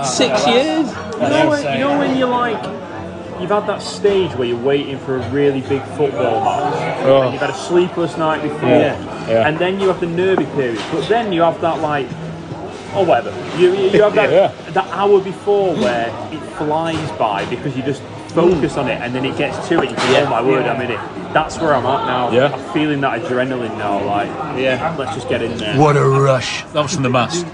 Six years.
You know, when, you know when you're like, you've had that stage where you're waiting for a really big football match,
Oh.
and you've had a sleepless night before,
Yeah. Yeah.
and then you have the nervy period, but then you have that like, oh, or whatever, you, you, you have that,
Yeah.
that hour before where it flies by because you just
focus on it, and then it gets to it. You think,
Yeah.
oh my word,
Yeah.
I'm in it. That's where I'm at now.
Yeah.
I'm feeling that adrenaline now. Like, yeah, let's just get in there.
What a rush. That was from the mask.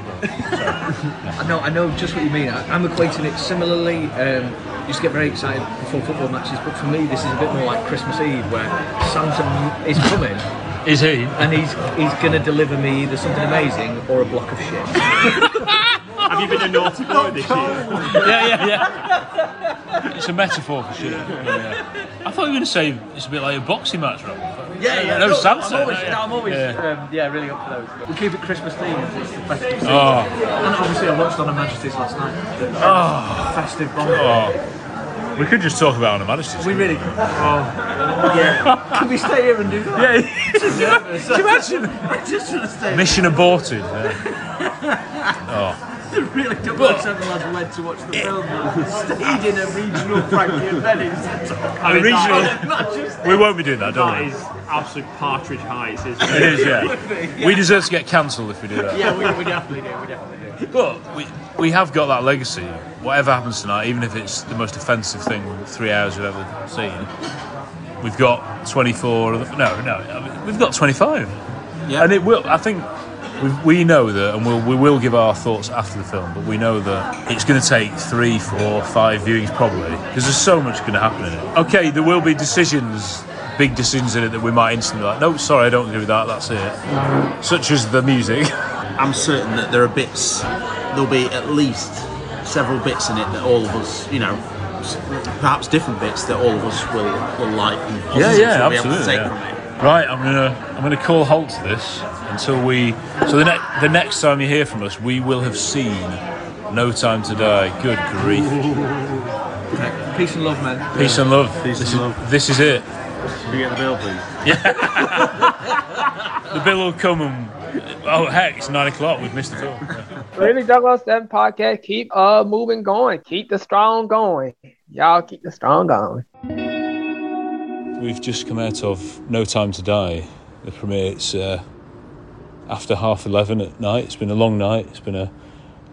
I know, I know just what you mean. I, I'm equating it similarly. Um, you just get very excited before football matches, but for me, this is a bit more like Christmas Eve, where Santa m- is coming.
Is he?
And he's he's gonna deliver me either something amazing or a block of shit.
Have you been a naughty boy this year?
yeah, yeah, yeah. It's a metaphor for sure. Yeah, yeah. I thought you were going to say it's a bit like a boxing match, Rob.
Yeah, yeah.
No,
no,
Santa.
I'm always,
yeah.
no, I'm always
Yeah.
yeah. Um, yeah, really up for those. We keep it Christmas themed. It's the festive season.
Oh.
And obviously, I watched on Her Majesty's last night. The
Oh.
festive bomb.
Oh. We could just talk about Anna Majesty.
We really. Oh. Yeah. Can we stay here and do that?
Yeah. Can you imagine?
I just want to stay.
Mission aborted. yeah.
They really don't want to have the lads led to watch the film. Stayed in a regional Frankie Venice.
I mean, regional-
Not just
We won't be doing that, don't
That
we?
is absolute partridge heights, isn't
It
it?
is, yeah. We deserve to get cancelled if we do that.
Yeah, we, we definitely do. We definitely do.
But we, we have got that legacy. Whatever happens tonight, even if it's the most offensive thing three hours we've ever seen, we've got 24. other- No, no, I mean, we've got 25. Yeah. And it will. I think we've, we know that, and we'll, we will give our thoughts after the film. But we know that it's going to take three, four, five viewings probably because there's so much going to happen in it. Okay, there will be decisions. Big decisions in it that we might instantly be like, no, sorry, I don't agree with that, that's it. Such as the music.
I'm certain that there are bits, there'll be at least several bits in it that all of us, you know, s- perhaps different bits that all of us will, will like and
Yeah,
positives
yeah,
will be able to
absolutely.
take
yeah.
from it.
Right, I'm gonna I'm gonna call halt to this until we. So the next the next time you hear from us, we will have seen No Time to Die. Good grief!
Peace and love, man.
Peace and love.
Peace
this
and
is,
love.
This is it.
Can we get the bill, please?
The bill will come and oh heck, it's nine o'clock. We've missed the film.
Really Douglas Seven podcast. Keep uh moving going. Keep the strong going. Y'all keep the strong going.
We've just come out of No Time to Die, the premiere. It's uh, after half eleven at night. It's been a long night. It's been a,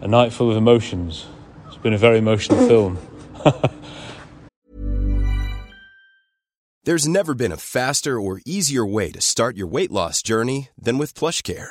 a night full of emotions. It's been a very emotional film.
There's never been a faster or easier way to start your weight loss journey than with PlushCare.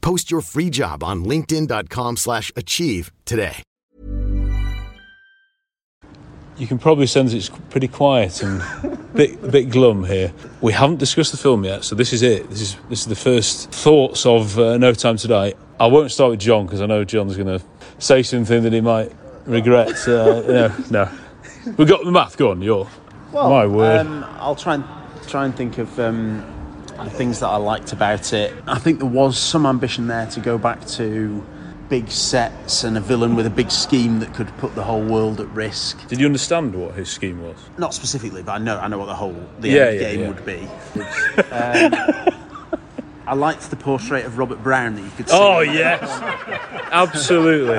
Post your free job on linkedin.com/achieve slash achieve today.
You can probably sense it's pretty quiet and bit bit glum here. We haven't discussed the film yet, so this is it. This is this is the first thoughts of uh, No Time to Die. I won't start with John because I know John's going to say something that he might regret. Uh, no, no. We've got the math. Go on, you're. My word.
Um, I'll try and try and think of um, the things that I liked about it. I think there was some ambition there to go back to big sets and a villain with a big scheme that could put the whole world at risk.
Did you understand what his scheme was?
Not specifically, but I know I know what the whole the
Yeah,
end
yeah,
game
yeah.
would be. Um, I liked the portrait of Robert Brown that you could see.
Oh yes, absolutely,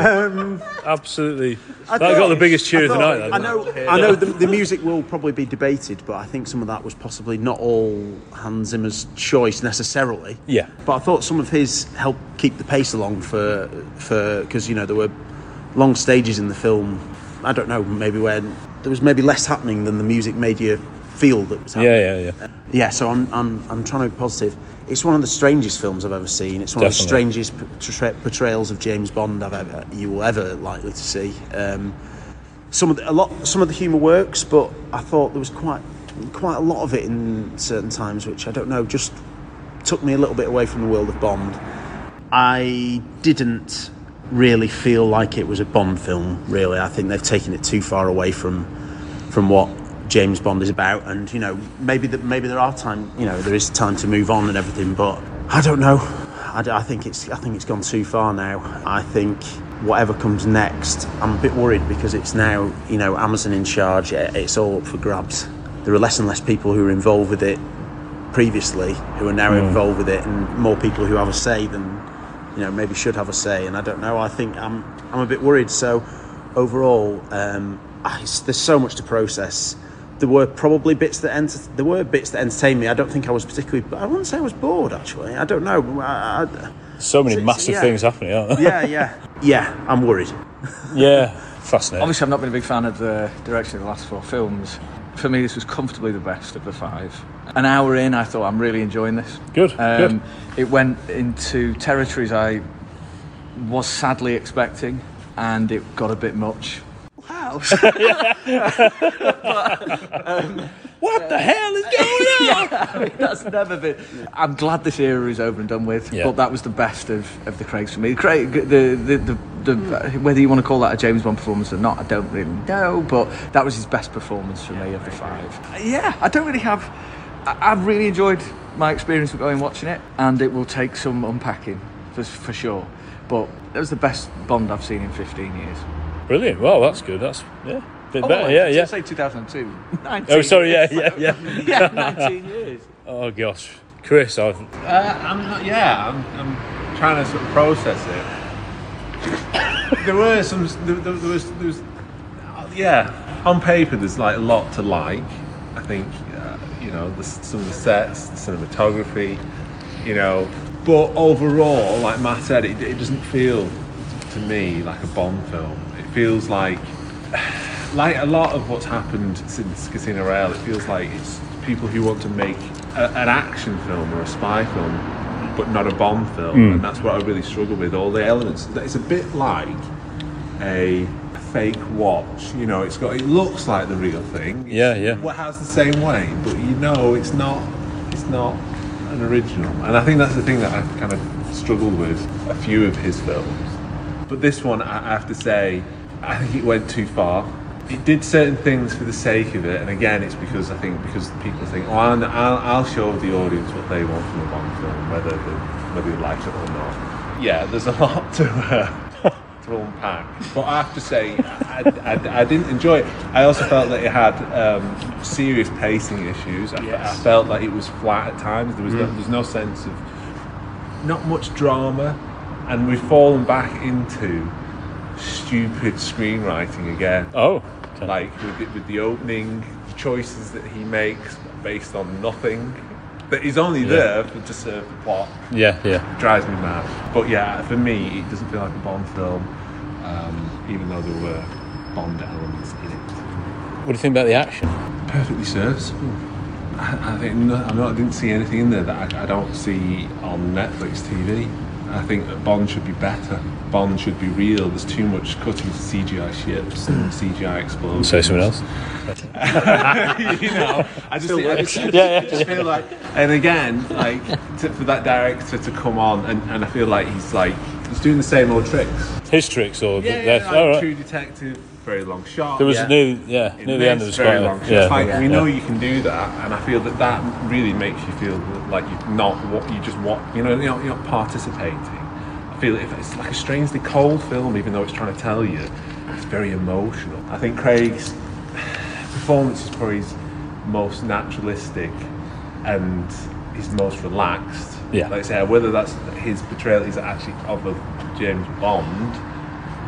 absolutely.
I
that got
thought-
the biggest cheer
I
of the
thought-
night. that
I
didn't
know.
it?
I know the, the music will probably be debated, but I think some of that was possibly not all Hans Zimmer's choice necessarily.
Yeah.
But I thought some of his helped keep the pace along for for because you know there were long stages in the film. I don't know, maybe when there was maybe less happening than the music made you feel that was happening.
Yeah, yeah, yeah.
Yeah, so I'm, I'm, I'm trying to be positive. It's one of the strangest films I've ever seen. It's one
Definitely.
of the strangest portray- portrayals of James Bond I've ever you will ever likely to see. Um, some of the, a lot some of the humour works, but I thought there was quite quite a lot of it in certain times, which I don't know just took me a little bit away from the world of Bond. I didn't really feel like it was a Bond film. Really, I think they've taken it too far away from from what James Bond is about. And you know, maybe that maybe there are time. You know, there is time to move on and everything. But I don't know. I, d- I think it's I think it's gone too far now. I think whatever comes next, I'm a bit worried because it's now you know Amazon in charge. I- It's all up for grabs. There are less and less people who are involved with it previously who are now
Mm.
involved with it, and more people who have a say than you know maybe should have a say. And I don't know. I think I'm I'm a bit worried. So overall, um, ah, it's, there's so much to process. There were probably bits that enter- there were bits that entertained me. I don't think I was particularly. I wouldn't say I was bored actually. I don't know. I, I,
So many
It's-
massive
yeah.
things happening, aren't
yeah,
there?
yeah, yeah. I'm worried.
yeah, fascinating.
Obviously, I've not been a big fan of the direction of the last four films. For me, this was comfortably the best of the five. An hour in, I thought I'm really enjoying this.
Good.
Um, It went into territories I was sadly expecting, and it got a bit much. Wow.
what the hell is going
on? I mean, that's never been. I'm glad this era is over and done with, but that was the best of, of the Craigs for me. The Craig, the, the, the, the, whether you want to call that a James Bond performance or not, I don't really know, but that was his best performance for me of the five. Yeah, I don't really have. I, I've really enjoyed my experience of going and watching it, and it will take some unpacking for, for sure, but it was the best Bond I've seen in 15 years.
Brilliant. Well, that's good. That's yeah. Bit
Oh,
better, yeah, yeah.
Say 2002. 19
Oh, sorry, yeah, yeah,
years.
yeah.
yeah, 19 years.
Oh gosh, Chris, I've
Uh, I'm not. Yeah, I'm, I'm trying to sort of process it. there were some. There, there, there was. There was. uh, Yeah, on paper, there's like a lot to like. I think uh, you know the, s- some of the sets, the cinematography, you know. But overall, like Matt said, it, it doesn't feel to me like a Bond film. It feels like like a lot of what's happened since Casino Royale, it feels like it's people who want to make a, an action film or a spy film, but not a bomb film,
Mm.
and that's what I really struggle with. All the elements. It's a bit like a fake watch. You know, it's got. It looks like the real thing.
yeah, yeah.
What has the same way, but you know, it's not. It's not an original, and I think that's the thing that I've kind of struggled with a few of his films. But this one, I I have to say, I think it went too far. It did certain things for the sake of it, and again, it's because I think because people think, oh, I'll, I'll, I'll show the audience what they want from a Bond film, whether they, whether they like it or not. Yeah, there's a lot to uh, to unpack, but I have to say, I, I, I didn't enjoy it. I also felt that it had um, serious pacing issues. I, I felt like it was flat at times. There was no,
Mm.
there's no sense of not much drama, and we've fallen back into stupid screenwriting again.
Oh,
like with the, with the opening choices that he makes based on nothing that is only
Yeah.
there for, to serve the plot.
Yeah, yeah.
drives me mad. But yeah, for me, it doesn't feel like a Bond film, um, even though there were Bond elements in it.
What do you think about the action?
Perfectly serviceable. I, I think no, I'm not, I didn't see anything in there that I, I don't see on Netflix TV. I think that Bond should be better. Bond should be real. There's too much cutting to CGI ships and CGI explosions.
Say something else.
you know, I just,
Still
I
works.
just,
Yeah, yeah,
I just
yeah.
feel like, and again, like to, for that director to come on, and, and I feel like he's like he's doing the same old tricks.
His tricks or
Yeah,
their-
yeah, like
all right.
True Detective, very long shot.
There was a new- yeah,
In
near the end
this,
of the
very
spotlight.
long shot.
Yeah.
It's like,
Yeah.
we know
Yeah.
you can do that, and I feel that that really makes you feel like you're not what you just what you know you're not, you're not participating. I feel if it's like a strangely cold film, even though it's trying to tell you, it's very emotional. I think Craig's performance is probably his most naturalistic and his most relaxed.
Yeah.
Like I say, whether that's his portrayal is actually of a James Bond,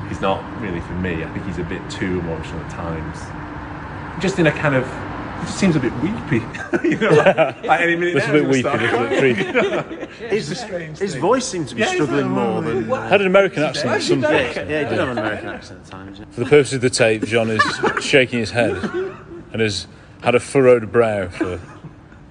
he's not really for me. I think he's a bit too emotional at times. Just in a kind of, he just seems a bit weepy. you know, like, like any minute
Just a
now
bit
he's gonna
weepy,
start
just a bit
crying.
His, his voice seemed to be
Yeah, he's
struggling
not-
more than.
Had an American accent at some point.
Yeah, he did have an American accent at times.
For the purpose of the tape, John is shaking his head and has had a furrowed brow for.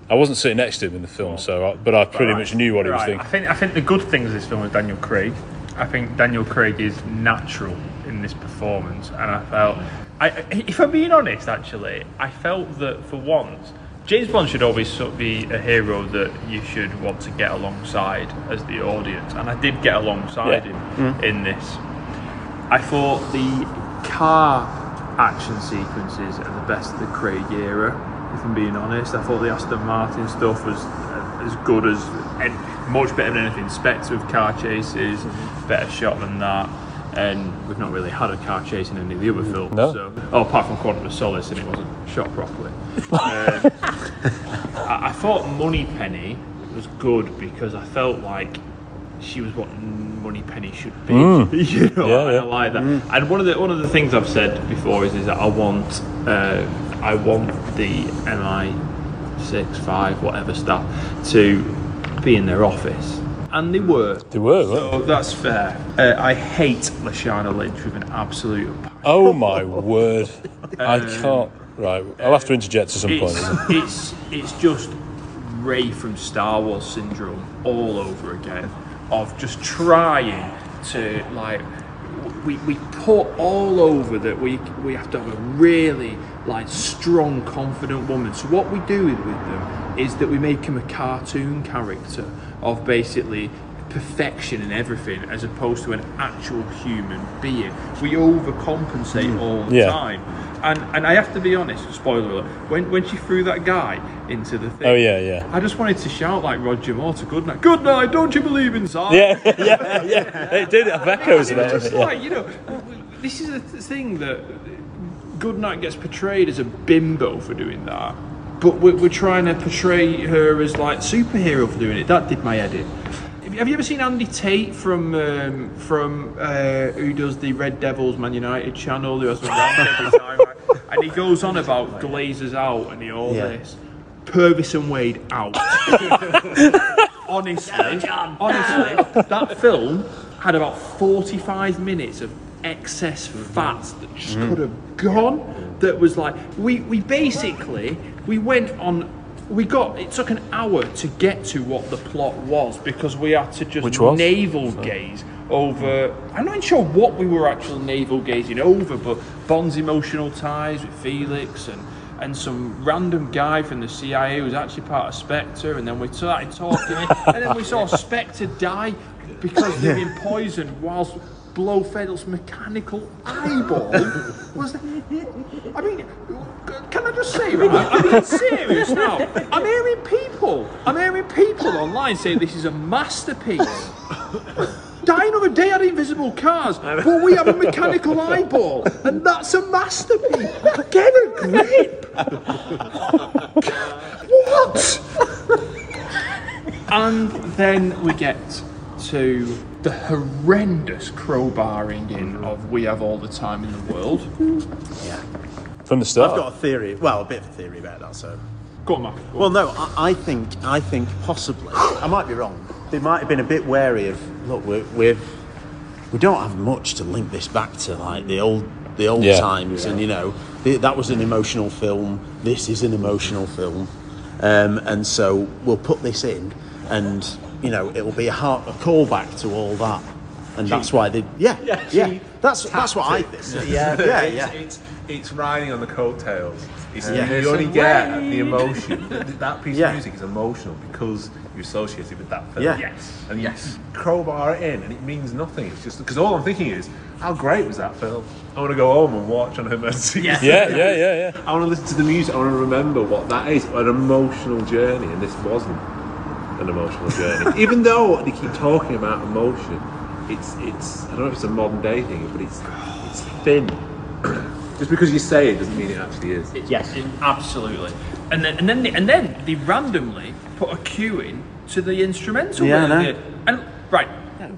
I wasn't sitting next to him in the film, so I, but I pretty
Right.
much knew what he was
Right.
thinking.
I think I think the good things of this film is Daniel Craig. I think Daniel Craig is natural in this performance, and I felt, I, if I'm being honest, actually, I felt that for once
James Bond should always sort of be a hero that you should want to get alongside as the audience, and I did get alongside
Yeah.
him
Mm.
in this. I thought the car action sequences are the best of the Craig era. If I'm being honest, I thought the Aston Martin stuff was uh, as good as and much better than anything. Specs with car chases, better shot than that. And we've not really had a car chase in any of the other films.
No.
So, oh, apart from Quantum of Solace, and it wasn't shot properly. Um, I, I thought Money Penny was good because I felt like she was what Money Penny should be.
Mm.
You know,
Yeah,
and
yeah.
I like that. And one of the one of the things I've said before is, is that I want uh, I want the MI six five whatever stuff to be in their office, and they were. They
were.
So that's fair. Uh, I hate Lashana Lynch with an absolute.
Oh my word! I
Um,
can't. Right, I'll have to interject at some point.
It's,
isn't it?
it's it's just Ray from Star Wars syndrome all over again of just trying to like w- we, we put all over that we we have to have a really like strong confident woman. So what we do with them is that we make him a cartoon character of basically perfection in everything as opposed to an actual human being. We overcompensate all
Mm.
the
Yeah.
time. And and I have to be honest, spoiler alert, when when she threw that guy into the thing.
Oh, yeah, yeah.
I just wanted to shout like Roger Moore to Goodnight. Goodnight, don't you believe in science?
Yeah, yeah, yeah. It did have echoes of
It
that,
was just
didn't it?
like, you know, w- w- this is a th- thing that Goodnight gets portrayed as a bimbo for doing that. But we're, we're trying to portray her as like superhero for doing it. That did my edit. Have you- have you ever seen Andy Tate from um, from uh, who does the Red Devils Man United channel? Who has one every time, and he goes on about Glazers out and he all
Yeah.
this. Purvis and Wade out. honestly, honestly, that film had about 45 minutes of excess fat that just
Mm.
could have gone. That was like we we basically we went on. We got it took an hour to get to what the plot was because we had to just
Which was?
navel gaze over. I'm not sure what we were actually navel gazing over, but Bond's emotional ties with Felix and and some random guy from the CIA who's actually part of Spectre, and then we started talking, and then we saw Spectre die because they've been poisoned whilst Blofeld's mechanical eyeball was. I mean, can I just say, right? I'm being serious now. I'm hearing people. I'm hearing people online say this is a masterpiece. Dying of a day had invisible cars, but we have a mechanical eyeball, and that's a masterpiece. Get a grip. what? and then we get to the horrendous crowbarring in of "We have all the time in the world."
Yeah.
From the
I've
start.
got a theory. Well, a bit of a theory about that. So,
go on, Mark.
Well, no, I, I think I think possibly I might be wrong. They might have been a bit wary of look. We're, we're we don't have much to link this back to, like the old the old
Yeah.
times, and you know th that was an emotional film. This is an emotional film, um, and so we'll put this in, and you know it'll be a, heart, a callback to all that, and that's why they yeah yeah, that's that's what I think yeah yeah
it's,
yeah.
It's, it's riding on the coattails. It's,
Yeah.
You only
It's a
get
ride.
the emotion. That- that piece
Yeah.
of music is emotional because you associate it with that film.
Yeah. Yes.
And yes. crowbar it in, and it means nothing. It's just because all I'm thinking is, how great was that film? I want to go home and watch on emergency.
Yeah. Yeah, yeah, yeah,
I want to listen to the music. I want to remember what that is. An emotional journey, and this wasn't an emotional journey. Even though they keep talking about emotion, it's it's I don't know if it's a modern day thing, but it's it's thin. Just because you say it doesn't mean it actually is.
Yes, absolutely. And then and then they, and then they randomly put a cue in to the instrumental.
Yeah, I
that
know.
they- And right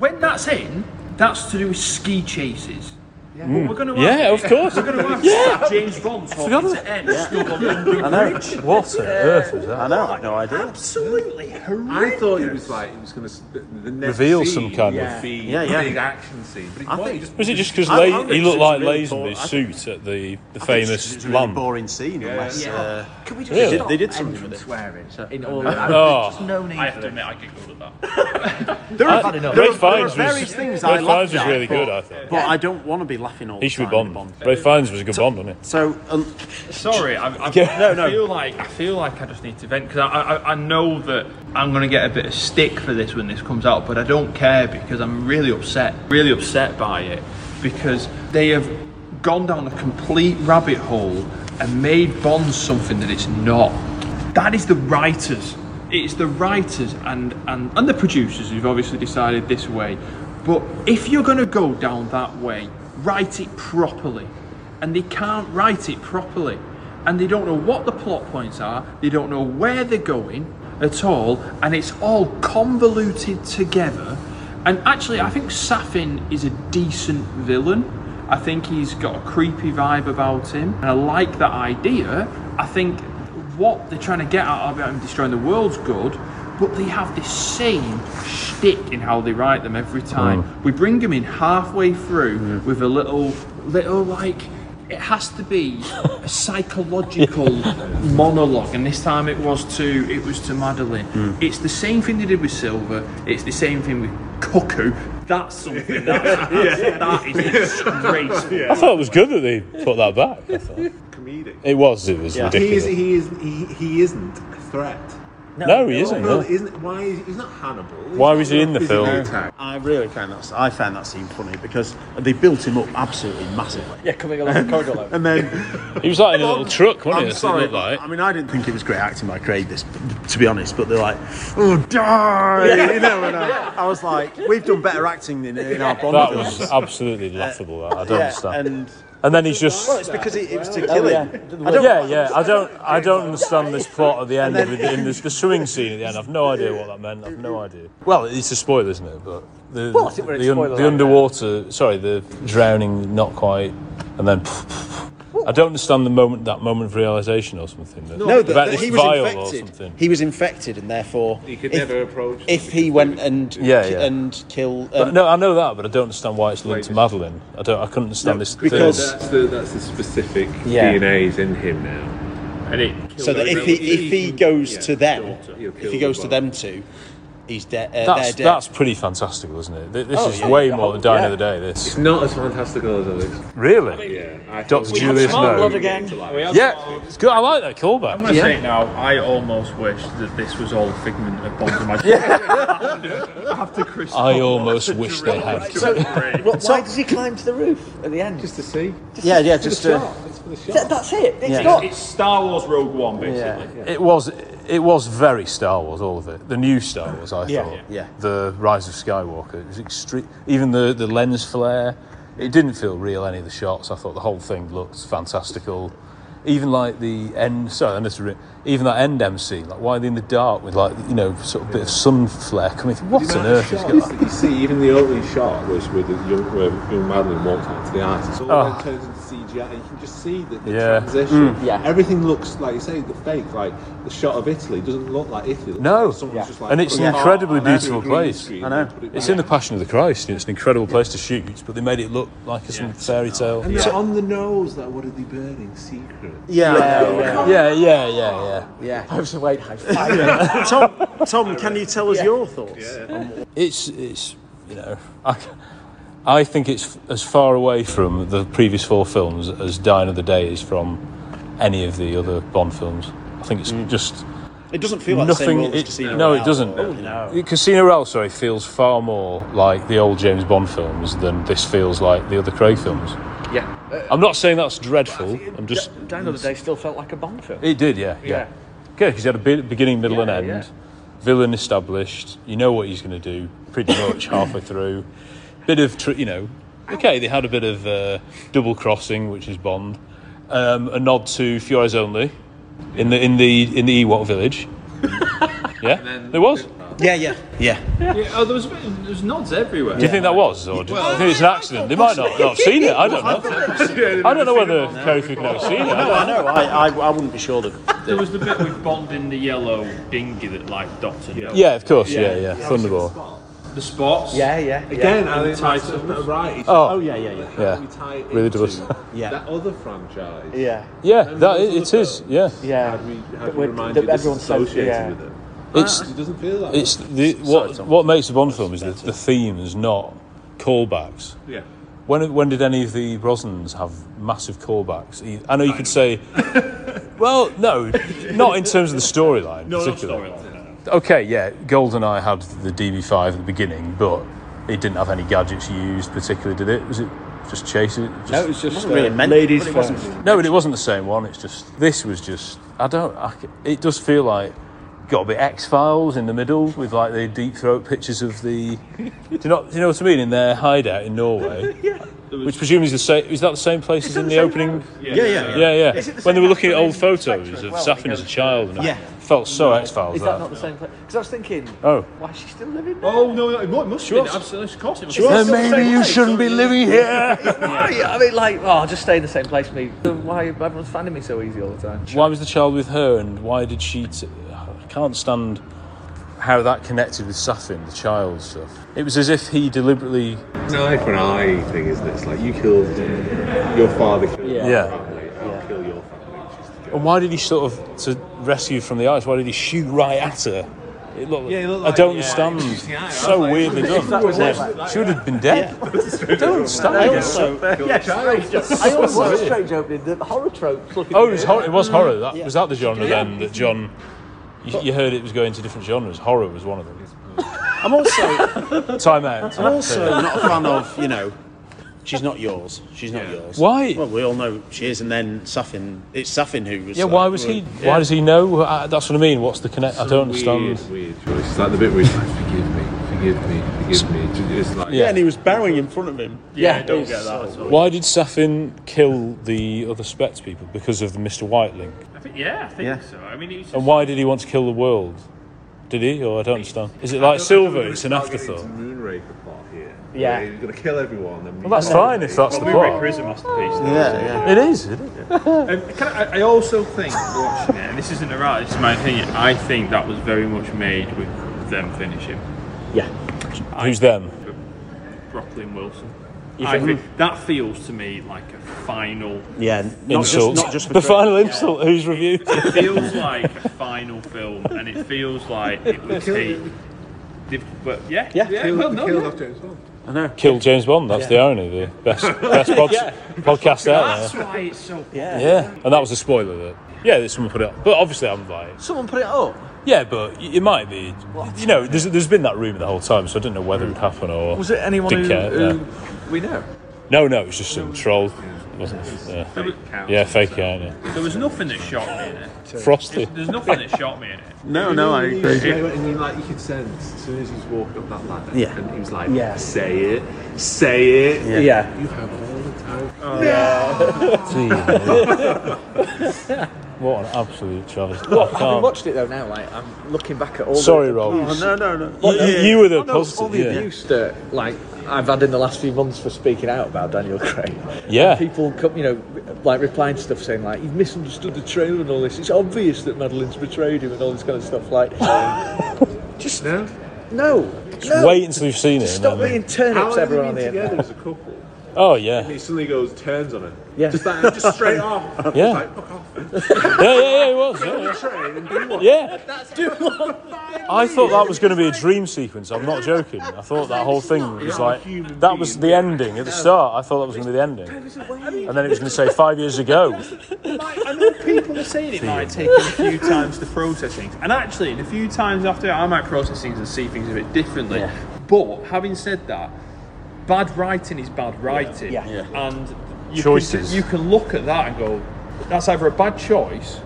when that's in, that's to do with ski chases. Well, we're gonna
Yeah,
have-
of course.
We're going to have
Yeah.
James Bond
I forgot
talking to Ed stood on London
I know.
Bridge.
What on earth was that?
I know. I had no idea.
Absolutely
I thought it was like it was going to the next
Reveal
scene
some kind
would
of-
be
Yeah,
a
yeah.
big action scene. But it
I
wasn't.
think-
It
Was it just because
I- I
he
think
looked
it's a
like
really
Lazenby's
boring-
suit at the, the
I think it's
famous
just a really
lamp?
boring scene.
Yeah.
Unless,
Yeah.
Uh,
Can we just
they did-
stop
they did something with it.
swearing.
In
all-
Oh.
Just no need uh, I have to admit, I giggled at that.
There
Uh,
are,
Red
there, are, there
Fiennes
are
was-
various things
Red
I
Fiennes
laughed
was
at,
really
but,
good, I thought.
But I don't want to be
laughing all
He
the
should be
time.
Bond. Ray Fiennes was a good Bond, wasn't he?
So, um,
sorry, I, I,
Yeah.
no, no. I feel like I feel like I just need to vent because I, I I know that I'm going to get a bit of stick for this when this comes out, but I don't care because I'm really upset, really upset by it because they have gone down a complete rabbit hole and made Bond something that it's not. That is the writers. It's the writers and and and the producers who've obviously decided this way. But if you're going to go down that way, write it properly and they can't write it properly. And they don't know what the plot points are, they don't know where they're going at all, and it's all convoluted together. And actually, I think Safin is a decent villain. I think he's got a creepy vibe about him, and I like that idea. I think what they're trying to get out of it, him destroying the world's good, but they have this same shtick in how they write them every time. We bring them in halfway through with a little, little like it has to be a psychological monologue, and this time it was to it was to Madeline.
Mm.
It's the same thing they did with Silver. It's the same thing with Cuckoo. That's something that, that's,
Yeah.
that is disgraceful.
I thought it was good that they put that back. I thought. Comedic. It was. It was ridiculous.
He is. He is. He, he isn't a threat.
No, No, he isn't, no.
he isn't. Why? is- He's not Hannibal. He's
Why
not
was he in the
physically
film?
attacked.
I really found that I found that scene funny because they built him up absolutely massively.
Yeah, coming along the corridor. Like,
And then
he was like in a little truck, wasn't he?
I'm
That's what it
sorry,
looked like.
I mean, I didn't think it was great acting by Craig. This, to be honest, but they're like, oh, die,
Yeah.
you know. And I, I was like, we've done better acting than in our Bond
That
films.
was absolutely laughable. that. I don't
yeah,
understand.
And,
And then he's just.
well, it's because it, it was to kill
Oh, yeah.
him. I don't-
yeah, yeah. I don't, I don't understand this plot at the end.
then-
With the, in this, the swimming scene at the end. I've no idea what that meant. I've no idea. Well, it's a spoiler, isn't it? But the
Well, I think we're in
the,
spoiler
the
land
underwater, sorry, the drowning, not quite, and then. I don't understand the moment, that moment of realization or something. That,
No, that,
about
that
this
he was
vial or
infected.
something.
He was infected, and therefore he
could never approach them
If he went and
Yeah, yeah.
and kill, um,
But, no, I know that, but I don't understand why it's linked to Madeline. I don't. I couldn't understand
No,
this.
because-
third-
That's the, that's the specific
Yeah.
DNA's in him now.
And it
so that if he if he goes to them, if he
killed
goes
as
to them two, he's dead. Uh,
that's,
they're dead.
that's pretty fantastical, isn't it? Th- This
Oh,
is
yeah.
way more than Dine
Yeah.
of the Day. This
It's not as fantastical as others.
really,
yeah. I
Doctor
thought-
Julius No. Yeah, it's good. I like that callback.
I'm gonna say it now. I almost wish that this was all a figment of Bond's imagination. After Chris,
I almost wish they had.
So-
What, why does he climb to the roof at the end? Just to see.
Yeah, yeah, just to-
That, that's it. It's
Yeah.
not.
It's Star Wars Rogue One,
basically.
It was it was very Star Wars, all of it. The new Star Wars, I
Yeah.
thought.
Yeah.
The Rise of Skywalker. It was extreme. Even the the lens flare. It didn't feel real. Any of the shots. I thought the whole thing looked fantastical. Even like the end. Sorry, I just re- even that end MC. Like why are they in the dark with like you know sort of bit of sun flare coming? through? What on earth is going? on?
You see, even the opening shot was with the young, where young Madeline walks out to the ice. It's all
Oh.
then turns into CGI. You can just see the, the
Yeah.
transition.
Mm. Yeah.
Everything looks like you say the fake. Like the shot of Italy doesn't look like Italy. It looks
No,
like someone's just, like,
and it's
put
an
a car
incredibly
on a
beautiful
green
place.
screen
I
and
know.
put it
It's
back.
in the Passion of the Christ. and It's an incredible place to shoot, but they made it look like it's some fairy tale.
And it's on the nose that what are they burning? Secret.
yeah, yeah, yeah, yeah, yeah.
Yeah. I was awake. High
Yeah. Tom, Tom, can you tell us your thoughts?
It's it's you know I, I think it's f- as far away from the previous four films as Dine of the Day is from any of the other Bond films. I think it's just
It doesn't feel like the same world as
it-
Casino
No,
Royale Oh,
it doesn't.
or, you know.
The Casino Royale, sorry, feels far more like the old James Bond films than this feels like the other Craig films.
Yeah.
I'm not saying that's dreadful. I'm just
Down the other day still felt like a Bond film.
It did, yeah, yeah. Okay, because you had a be- beginning, middle, and end. Villain established. You know what he's going to do pretty much halfway through. Bit of, tr- you know, okay, they had a bit of uh, double crossing, which is Bond. Um, a nod to Fiores Only in the in the in the Ewok village. yeah, there was.
Yeah, yeah, yeah.
Yeah, oh, there was, there was nods everywhere.
Do you think that was, or do you think it's an accident? They might not, not have seen it. I don't know. I don't know whether Kerry Fukunaga has seen it.
No, I know. I, I, I wouldn't be sure that.
There was the bit with Bond in the yellow dinghy that like Doctor No.
Yeah, of course. Yeah, yeah. Thunderball.
The spots.
Yeah, yeah.
Again,
yeah.
I think
Tight
that's not right. It's-
Oh.
yeah, yeah, yeah.
How
Yeah.
do we tie it
Really
into
does.
That other franchise.
Yeah.
Yeah, that it is. Yeah.
Yeah.
How do we, how do
But
we
we're-
remind
the-
you this is
everyone's so-
associated
yeah.
with it?
It's-
it doesn't feel like
It's the what what makes a Bond film is the, the themes, not callbacks.
Yeah.
When, when did any of the Brosnans have massive callbacks? He- I know you could say, well, no, not in terms of the storyline.
No, not
particularly. Okay, yeah, GoldenEye had the DB5 at the beginning, but it didn't have any gadgets used particularly, did it? Was it just chase it?
No, it was just, It wasn't really uh, meant- ladies but it wasn't- first.
No, but it wasn't the same one. It's just this was just I don't. I c it does feel like got a bit X Files in the middle with like the deep throat pictures of the. do you not? Do you know what I mean? In their hideout in Norway. Which presumably is the same. Is that the same place as in the, opening?
Yeah, yeah, yeah.
yeah. yeah.
Is it the
When they
same
were looking at
house
old photos of
well?
Safin as a child, and
Yeah.
it felt so X Files.
Is that not the same place? Because I was thinking,
Oh.
why is she still living?
Oh no, it must
have been,
absolutely. Of course, it
must have been. Then maybe you
shouldn't be living
I mean, like, oh, just stay in the same place, me. Why everyone's finding me so easy all the time?
Why was the child with her, and why did she? T- I can't stand how that connected with Safin, the child stuff. It was as if he deliberately.
It's an eye for an eye thing, isn't it? It's like you killed your father, killed
Yeah.
your
Yeah.
family, I'll kill your family.
And why did he sort of to rescue from the ice? Why did he shoot right at her? It looked,
Yeah, it looked
I
like-
don't
yeah,
understand.
it was just the eye. I was
so
like,
weirdly
if
done.
that was it,
Yeah.
like-
she would have been dead. I don't understand.
I
it.
also, yes, I always love strange opening. The horror tropes. Look at
Oh, it
me.
was horror. It was horror. That,
Yeah.
Was that the genre
Yeah.
then that John? You, you heard it was going to different genres. Horror was one of them. I'm also time out.
I'm also not a fan of, you know, she's not yours. She's not yours.
Why?
Well, we all know she is, and then Safin. It's Safin who was.
Yeah,
like,
why was he?
yeah.
Why does he know? Uh, that's what I mean. What's the connect? I don't understand.
Weird choice. It's like the bit where he's like, forgive me, forgive me, forgive me. It's like,
Yeah. and he was bowing in front of him.
Yeah,
I don't
it's-
get that. At all.
Why did Safin kill the other Spets people because of the Mister White link?
I think, yeah, I think
Yeah.
so. I mean, it's
And why did he want to kill the world? Did he? Or I don't understand. Is it like Silver? It's an afterthought.
Moonraker plot here.
Yeah.
You're going to kill everyone. Then
Well, that's fine if that's the plot.
is a masterpiece. though,
Yeah,
isn't
yeah. It is, isn't
it? Um, can I, I also think watching it, and this isn't a right, this is my opinion. I think that was very much made with them finishing.
Yeah. Who's them?
Brocklin Wilson.
You
I
think-
think that feels to me like a final
Yeah, not just-
Insult.
not just
the
betrayal.
final insult. Who's review?
it feels like a final film, and it feels like it would take. diff- But yeah, yeah, well, no, yeah.
I know. Kill James Bond. That's
Yeah.
the irony. The best best pod-
Yeah.
podcast out
That's
there.
why it's so.
Yeah, and that was a spoiler. That yeah, that someone put it up. But obviously, I'm like,
Someone put it up.
yeah, but y- it might be. You know, there's, there's been that rumor the whole time, so I didn't know whether it happened or
Was it anyone
didn't
who,
care,
who
no.
we know?
No, no, it was just some troll. Wasn't it?
There was-
Yeah, yeah fake out. Yeah.
There was nothing that shocked me in it.
Frosty.
There's nothing that shocked me in it.
And you like you could sense as soon as he's walked up that ladder.
Yeah.
And he was like,
Yeah.
say it, say it.
Yeah. Yeah.
You have all the time.
What an absolute travesty.
Look,
I
having
can't-
watched it though now, like I'm looking back at all.
Sorry,
the,
Rob.
Oh, no, no, no.
You- you- you were the
all those- all
positive,
the
yeah.
abuse that like I've had in the last few months for speaking out about Daniel Craig.
Yeah.
And people, come, you know, like replying to stuff saying like you've misunderstood the trailer and all this. It's obvious that Madeline's betrayed him and all this kind of stuff. Like, just no, no. no.
wait until you've seen it. and
Stop
then-
being turnips,
How have they
everyone on
been
the
together
internet.
as a couple?
Oh yeah.
And he suddenly goes, turns on her.
Yeah.
Just that, just straight off.
Yeah.
Like, fuck off.
yeah, yeah, yeah, it was. Yeah, yeah. Yeah. I thought that was going to be a dream sequence. I'm not joking. I thought that whole thing was like that was the ending at the start. I thought that was going to be the ending, and then it was going to say five years ago.
I know people are saying it might take a few times to process things, and actually, in a few times after, I might process things and see things a bit differently. But having said that, bad writing is bad writing,
Yeah. Yeah.
and you
Choices.
Can, you can look at that and go, that's either a bad choice.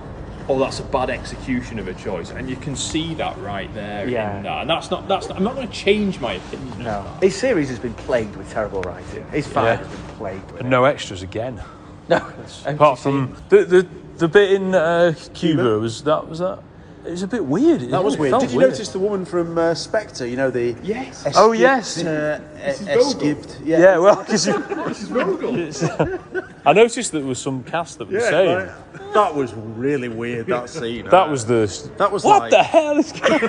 or that's a bad execution of a choice, and you can see that right there.
Yeah.
in that. and that's not. That's not, I'm not going to change my opinion. No,
His series has been plagued with terrible writing. His fire
Yeah.
has been plagued with.
And no extras again. No, apart from the the, the bit in uh, Cuba was that was that. It was a bit weird. It
That was
felt
weird. Did you
weird.
notice the woman from uh, Spectre? You know the yes.
Oh, yes.
Uh,
Mrs.
e-
Vogel.
escaped-
Yeah,
Yeah.
well, 'cause you-
Mrs. Vogel.
I noticed that there was some cast that was
Yeah,
saying
like, that was really weird. That scene.
that was the
That was
what
like-
the hell is going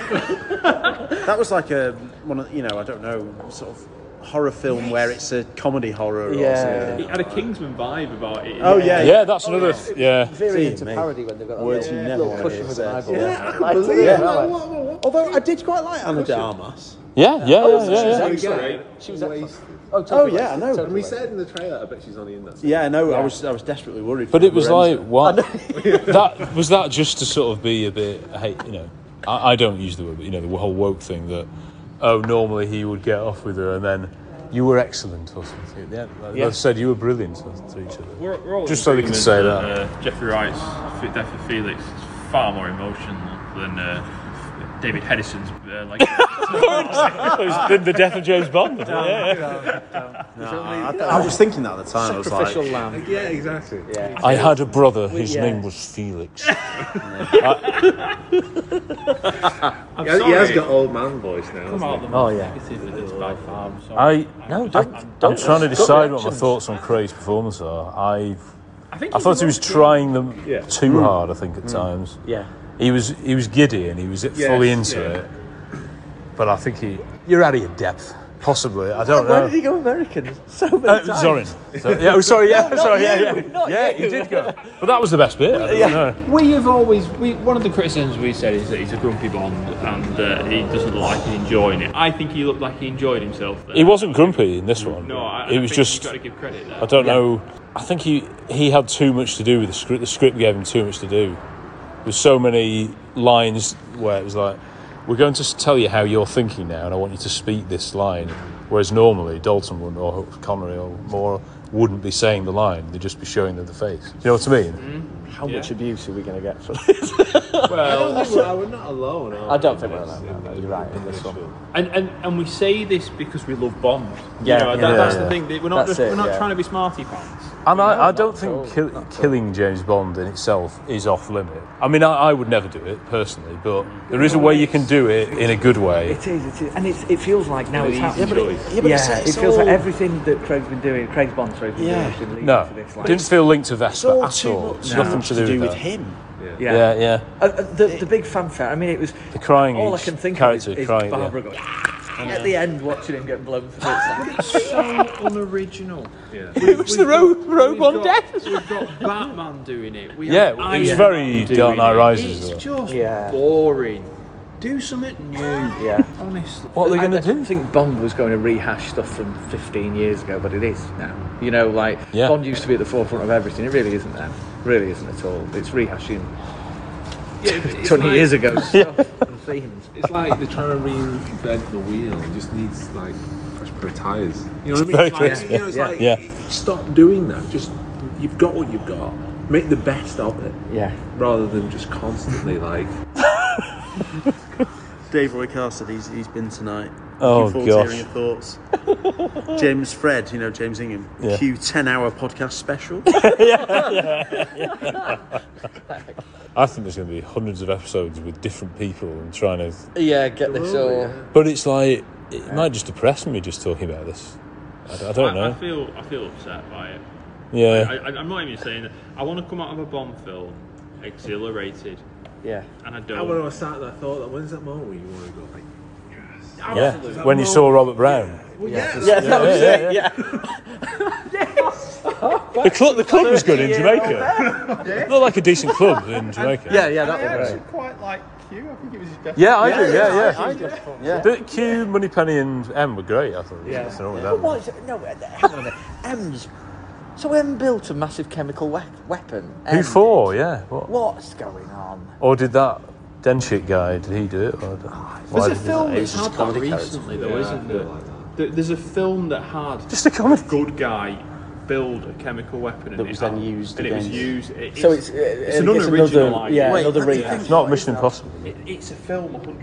That was like a one of you know I don't know sort of horror film where it's a comedy horror. Or something.
it had a Kingsman vibe about it.
Oh, yeah,
yeah, that's another yeah.
Very into parody when they've got
Words
a
you
little,
never
little
wanna
cushion
hear
with an
said.
eyeball.
Yeah, I
Like,
can believe
yeah,
it.
like-
Although I did quite like Anna de Armas.
Yeah, yeah, yeah, yeah, yeah.
She was excellent.
Oh,
oh yeah, I know. And we said in the trailer, I bet she's only in that. scene.
Yeah, no, I was I was desperately worried.
But
for
it was like
Lorenzo.
what? that was that just to sort of be a bit. Hey, you know, I, I don't use the word, but you know, the whole woke thing that. Oh, normally he would get off with her, and then you were excellent or something at the end. Like,
Yeah.
They said you were brilliant to each other.
We're, we're all
just so they
can
could say that.
Uh, Jeffrey Wright's f- death of Felix is far more emotional than uh, David Hedison's. Uh, like
the death of James Bond.
No, I, I was thinking that at the time. I was like,
Sacrificial lamb.
Yeah, exactly.
Yeah.
I had a brother.
We-
His
yeah.
name was Felix.
I'm
He has- he has
sorry.
got old man voice now.
Come
hasn't
out
he?
the
Oh,
most negative of this by far. I'm
I
sorry.
no,
I'm-
don't,
don't-
I'm trying to
don't
decide what my
reactions.
thoughts on Craig's performance are. I, I,
think he
thought he was
was-
trying them
Yeah.
too
Mm.
hard. I think at
Mm.
times.
Yeah.
he was he was giddy and he was
Yes,
fully into
yeah.
it. But I think he, you're out of your depth. Possibly, I don't
Why
know.
did he go American? So many
Uh,
times.
Zorin. So- yeah, oh, sorry, yeah,
No, not
sorry, yeah,
you,
yeah,
not
yeah.
you.
He did go, but that was the best bit. I don't know.
We have always, we, one of the criticisms we said is that he's a grumpy Bond and uh, he doesn't look like he's enjoying it. I think he looked like he enjoyed himself. There.
He wasn't grumpy in this one.
No, I-
he
I
was
think
just.
you've got to give credit there.
I don't
Yeah.
know. I think he he had too much to do with the script. The script gave him too much to do. There's so many lines where it was like, "We're going to s- tell you how you're thinking now, and I want you to speak this line." Whereas normally Dalton wouldn't, or Connery, or Moore wouldn't be saying the line. They'd just be showing them the face. Do you know what I mean?
How much abuse are we going to get from
Well,
I don't think we're, we're not alone. Are
I don't
we?
think we're allowed. No, you're right in this one.
And, and and we say this because we love Bond.
Yeah,
you know,
yeah,
that,
yeah,
that's
yeah.
the thing. That we're not
That's
just,
it,
we're not
yeah.
trying to be smarty pants.
And I, I don't think kill, killing James Bond in itself is off limit. I mean, I, I would never do it personally, but there is a way you can do it in a good way.
It is, it is, and it's, it feels like now
An
it's
easy
happening.
choice. Yeah, but it's-
it
it's
feels like
all-
everything that Craig's been doing, Craig's Bond, sorry, has been doing,
Yeah.
has been leading
No,
to this. Like,
didn't feel linked to Vesper
all
at
too
all.
much-
It's
no.
nothing to do,
To do
with,
with
that.
him. Yeah.
Yeah, yeah.
Uh, uh, the, the big fanfare. I mean, it was
The crying
All I
each
can think
character
of is, is
crying, yeah.
Barbara going. "Ah," And
Yeah.
at the end, watching him get blown to bits.
so unoriginal.
Yeah.
It
was the ro- robe on
death. We've got Batman doing it. We
Yeah,
have
it was
Iron
very
Man doing
Dark Knight
it.
Rises as
It's
well.
just
Yeah.
boring. Do something new. Yeah. Honestly.
What are they going to do? I think Bond was going to rehash stuff from 15 years ago, but it is now. You know, like Bond used to be at the forefront of everything. It really isn't now. Really isn't at all. It's rehashing 20 years ago stuff and themes.
It's like they're trying to reinvent the wheel. It just needs like fresh pair of tires. You know
It's
what I mean? It's
very
like,
true.
you know, it's
Yeah.
like
Yeah.
stop doing that. Just you've got what you've got. Make the best of it.
Yeah.
Rather than just constantly like
Dave Roy Carson, he's, he's been tonight.
Oh,
Looking forward to
gosh.
hearing your thoughts. James Fred, you know James Ingham,
Yeah.
Q ten hour podcast special.
I think there's going to be hundreds of episodes with different people and trying to.
Yeah, get this all.
But it's like it might just depress me just talking about this. I, d- I don't
I,
know.
feel I feel upset by it.
Yeah.
I, I, I'm not even saying that. I want to come out of a bomb film exhilarated.
Yeah.
And I
I
don't.
when I was sat there I thought that when's that moment where you want to go like yes.
Yeah.
Is that
When you
moment-
saw Robert Brown.
Well,
Yeah.
yes.
Yeah, that was it, yeah. The club, the club was good in Jamaica. It looked like a decent club in Jamaica.
quite like Q. I think it was his best.
Yeah, I do. Yeah, yeah.
I do.
But Q, Moneypenny, and M were great. I thought. Yeah. Nothing wrong with
But
them.
why is it, no, uh, hang on a minute. M's. So M built a massive chemical we- weapon. M.
Who for? Yeah. What?
What's going on?
Or did that Denshit guy? Did he do it? Or why
There's Ah, a
did he- it
film that's
was just
had that
comedy characters.
recently, though,
Yeah.
isn't there? There- There's a film that had
just a comedy.
good guy build a chemical weapon and
That
it
was
had-
then used
and it was
against-
used. It,
So
it's,
it's, uh,
it's
uh,
an
it's
unoriginal
another-
idea.
yeah, Wait, another I didn't rehash.
It's not Mission Impossible.
It, it's a film. 100%.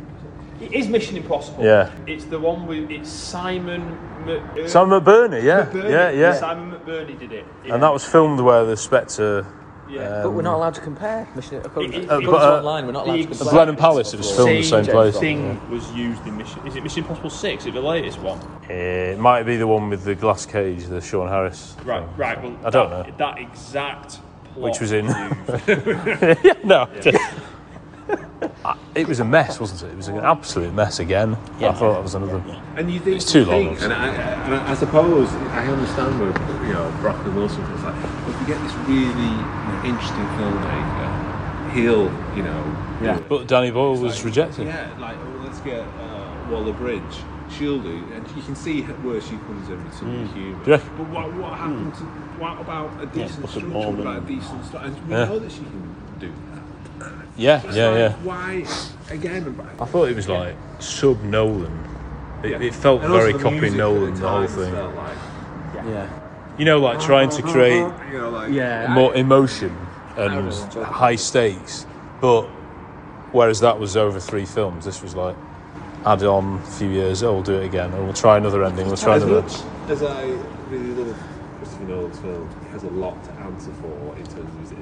It is Mission Impossible.
Yeah.
It's the one with it's Simon. Mc- uh,
Simon McBurney, yeah. Yeah, yeah.
Simon McBurney did it. Yeah.
And that was filmed where the Spectre.
Yeah.
But we're not allowed to compare. Mission, according to
It- it-
Uh,
it
but,
was
uh,
online, we're not
the
allowed to
exact-
compare.
Blenheim Palace, it was filmed in the same place.
thing
Yeah.
was used in Mission. Is it Mission Impossible Six? Is it the latest one?
It might be the one with the glass cage, the Sean Harris.
Right,
thing.
right. Well,
I don't
that,
know.
that exact plot
Which was in.
used.
Yeah, no.
Yeah.
I- it was a mess, wasn't it? It was an absolute mess again. I thought that was another.
And you think
It's too
you
long,
think-
obviously.
And I, and I, I suppose I understand where you know Brock and Wilson is like, well, if we get this really interesting filmmaker, he'll you know. do it.
But Danny Boyle was
Like,
rejected.
oh,
Yeah, like well, let's get uh, Waller Bridge.
she'll do, and you can see her- where she comes in with some
Mm.
humour.
Yeah.
But what, what happened to what about a
Yeah,
decent
look at
structure? What
Mormon.
about a decent structure? And we
Yeah.
know that she can do that.
Yeah,
It's
yeah,
like,
yeah.
Why again?
I thought it was like sub Nolan. It,
Yeah.
it felt
And also
very
the
copying
music
Nolan,
at
the,
the
whole
time
thing.
felt like-
yeah.
Yeah.
You know, like trying to create
You know, like-
more emotion and high stakes, but whereas that was over three films, this was like add on a few years, oh, we'll do it again, or we'll try another ending, we'll try
as
another.
much as I really love Christopher Nolan's films, he has a lot to answer for in terms of his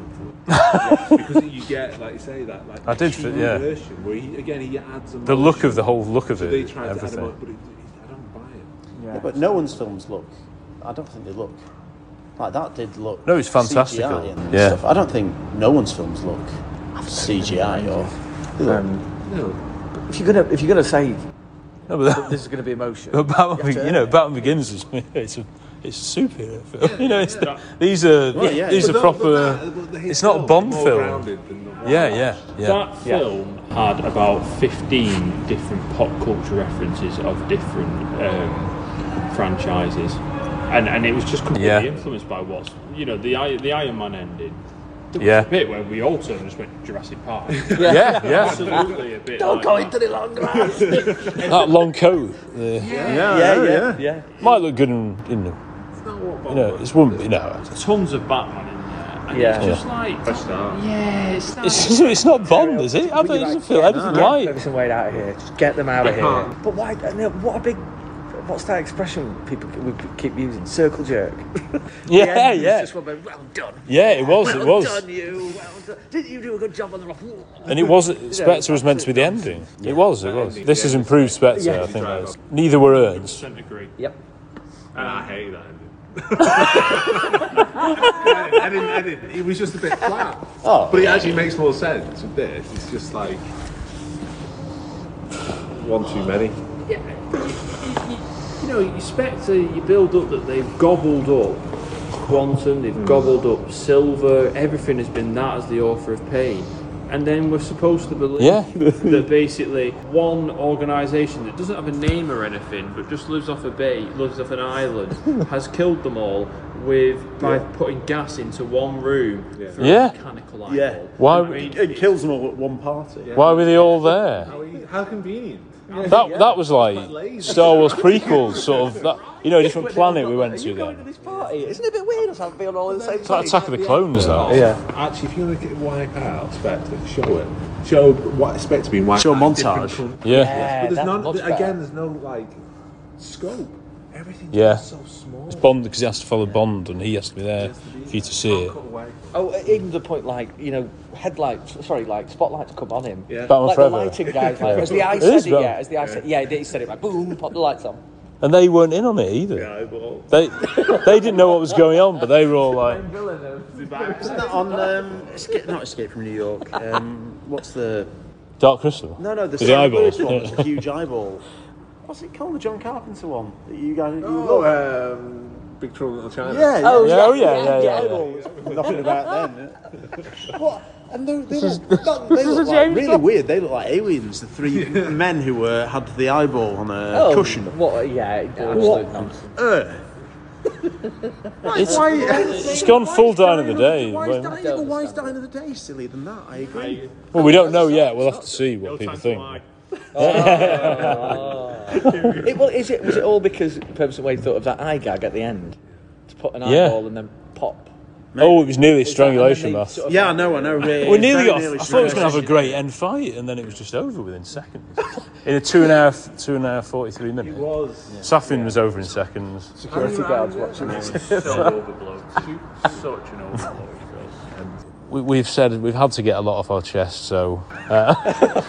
influence. Yeah, because you get, like you say, that like
I did
extreme
fi- yeah.
version where he, again he adds
The look of the whole look of
so
it,
They tried To
everything.
add him up, but it, it, I don't buy it.
Yeah. but no one's films look. I don't think they look. Like that did look.
No, it's fantastical.
CGI and
Yeah.
stuff. I don't think no one's films look CGI or. they look-
If you're gonna, if you're gonna say,
no, but
this is gonna be emotion.
But Batman,
have to
Be- you
earn
know, Batman Begins is it's a it's a superhero film. you know, it's the, these are
Well, yeah,
these are
yeah. But the-
proper.
but the- but the hit
it's not a
film,
Bond
more
film.
grounded
Yeah, yeah, yeah.
That film had about 15 different pop culture references of different um, franchises. And, and it was just completely
Yeah.
influenced by what's, you know, the, I- the Iron Man ended. There was
Yeah.
a bit where we all turned and just went Jurassic Park.
Yeah, yeah.
Absolutely a bit.
Don't
like
go
that.
into the long grass. that long coat. uh,
Yeah, yeah, yeah. yeah.
Might look good in, in the, you know, it's woman, you know.
Tons of Batman in there. And
Yeah.
it's just
Yeah.
like. Yeah, it's that.
It's, it's not Bond, is it? I don't even feel anything like.
Everything Wade out of here. Just get them out of
They
here.
can't.
But why? No, what a big. What's that expression people we keep using? Circle jerk.
Yeah,
The end was
yeah.
Just one bit, well done.
Yeah, it was, it
Well
was.
done, you. Well done. Didn't you do a good job on the rock?
And it was
You know,
Spectre was meant to be the ending. It was, it was. This is improved Spectre,
Yeah.
I think. That is. Neither were Earns.
agree.
Yep.
And I hate that. ending. I didn't, I didn't. It was just a bit flat.
Oh.
but it actually makes more sense with this. It's just like one too many.
You know, you Spectre, you build up that they've gobbled up Quantum,
Hmm.
they've gobbled up Silver, everything has been that as the author of pain. And then we're supposed to believe
Yeah.
that basically one organisation that doesn't have a name or anything, but just lives off a bay, lives off an island, has killed them all with by
Yeah.
putting gas into one room through
Yeah.
a mechanical eye.
Yeah.
Why-
It, it kills them all at one party.
Why were they all there?
How, e- how convenient.
That, that was like Star Wars prequels, sort of. That, you know, a different planet we went to then.
This party isn't it a bit weird us having been all in the same
It's like Attack of the Clones, that.
Actually, if you want to wipe out Spectre, show it. Show what Spectre being wiped
Show
out in different
montage.
countries.
Yeah. Yeah,
But there's
that's
none,
much better.
again, there's no like scope. Everything's
Yeah.
so small.
It's Bond because he has to follow Bond and he has to be there for you to see it.
Oh, even the point like you know headlights. Sorry, like spotlights come on him. Yeah.
Batman
Like
Forever.
the lighting guys. Like,
Yeah.
as the eye
It
said
is
it.
Batman.
Yeah. As the eye said. Yeah, he said it. Like boom, pop the lights on.
And they weren't in on it either. They, they didn't know what was going on, but they were all like.
Isn't that on um, Escape, not Escape from New York? Um, what's the
Dark Crystal?
no no the,
With the
Sam
eyeball.
Lewis one? That's a huge eyeball. What's it called? The John Carpenter one that you guys. You
Oh,
love?
um, Big Trouble in Little China.
Yeah,
Oh, yeah, oh,
exactly.
yeah, yeah, yeah,
Eyeball. Nothing about them.
What?
And they, they look, that- they
This
look
is
like
James
really
Bond.
weird. They look like aliens. The three men who were had the eyeball on a
Oh,
cushion.
What? Yeah.
What
Absolute nonsense.
Earth.
It's,
Why-
it's gone full down of the day.
Why is,
Well,
dying, but why is dying of the day sillier than that? I agree.
Well, we don't know yet. We'll have to see what people think.
it, well, is it was it all because Purvis and Wade thought of that eye gag at the end to put an
Yeah.
eyeball and then pop?
Oh, it was nearly
that-
strangulation,
and then they
Matt.
sort of-
Yeah, I know, I know.
We nearly got. I thought it was going to have a great end fight, and then it was just over within seconds. In a two and a half, two and a half, forty-three minutes. It
was.
Safin was over in seconds.
Security guards watching
It
it.
was so overblown. Such an overblown film.
We, we've said we've had to get a lot off our chest, so uh,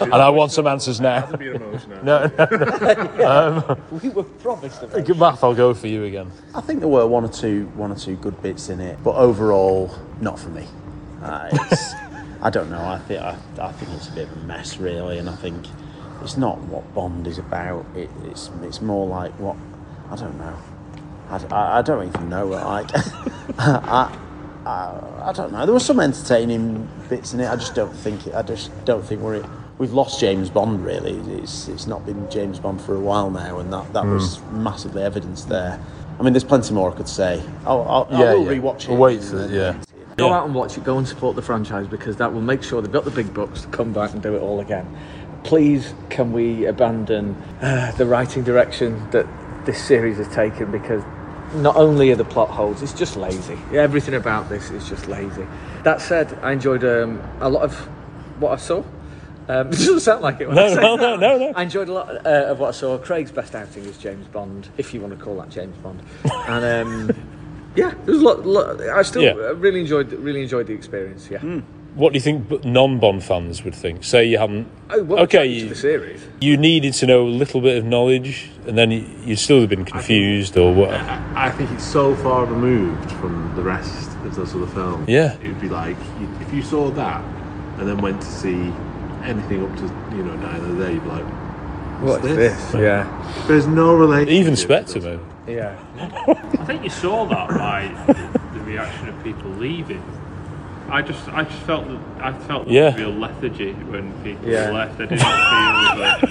and I want some answers now.
Hasn't been emotional.
no, no, no. Um,
we were promised. Them.
good math. I'll go for you again.
I think there were one or two, one or two good bits in it, but overall, not for me. Uh, it's, I don't know. I think I, I think it's a bit of a mess, really, and I think it's not what Bond is about. It, it's it's more like what I don't know. I, d- I- I don't even know. Like I, Uh, I I don't know. There were some entertaining bits in it. I just don't think it, I just don't think we're we've lost James Bond. Really, it's it's not been James Bond for a while now, and that that
Mm.
was massively evidenced there. I mean, there's plenty more I could say. I'll, I'll, I
Yeah,
will
yeah.
rewatch it.
I'll wait for it,
yeah.
Go out and watch it. Go and support the franchise because that will make sure they've got the big bucks to come back and do it all again. Please, can we abandon uh, the writing direction that this series has taken? Because not only are the plot holes, it's just lazy. Everything about this is just lazy. That said, I enjoyed um, a lot of what I saw. Um, it doesn't sound like it. When
No,
I say
no,
that.
no, no.
I enjoyed a lot uh, of what I saw. Craig's best outing is James Bond, if you want to call that James Bond. And um, yeah, there's a lot. lot I still
Yeah.
uh, really enjoyed really enjoyed the experience. Yeah.
Hmm.
What do you think non-Bond fans would think? Say you haven't.
Oh, well,
okay,
to
you,
the series.
you needed to know a little bit of knowledge, and then you, you'd still have been confused or what?
I think it's so far removed from the rest of those other films.
Yeah.
It would be like you- if you saw that and then went to see anything up to, you know, Nine of the Day, you'd be like,
What
what's
is
this?
this? Yeah.
There's no relation.
Even Spectre, man.
Yeah.
I think you saw that by the, the reaction of people leaving. I just, I just felt that I felt the
Yeah.
real lethargy when people
Yeah.
left. I didn't feel that.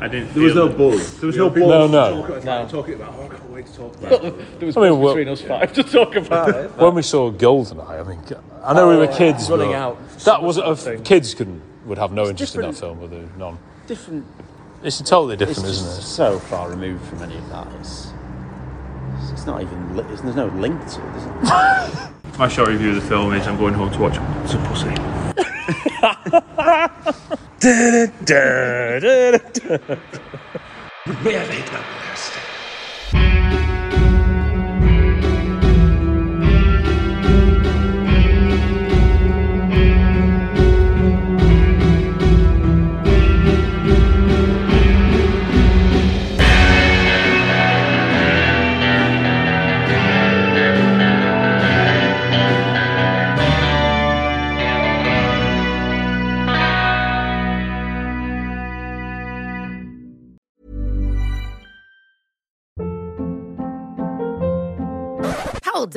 I didn't.
There was
feel
no
that-
buzz.
There was
Yeah,
no
people
buzz.
No, no.
Talking about, talking about, oh, I can't wait to talk about
Well,
it.
there
was I mean, buzz between
us five to talk about it.
When we saw Goldeneye, I mean, I know we
Oh,
were kids.
running
but
out.
That was a, kids couldn't would have no interest in
different.
that film, would they? None.
Different.
It's totally different,
it's
isn't
just
it?
So far removed from any of that. It's, it's not even. Li- it's, there's no link to it. There's
My short review of the film is I'm going home to watch Some Pussy.
We have hit my master.
Hold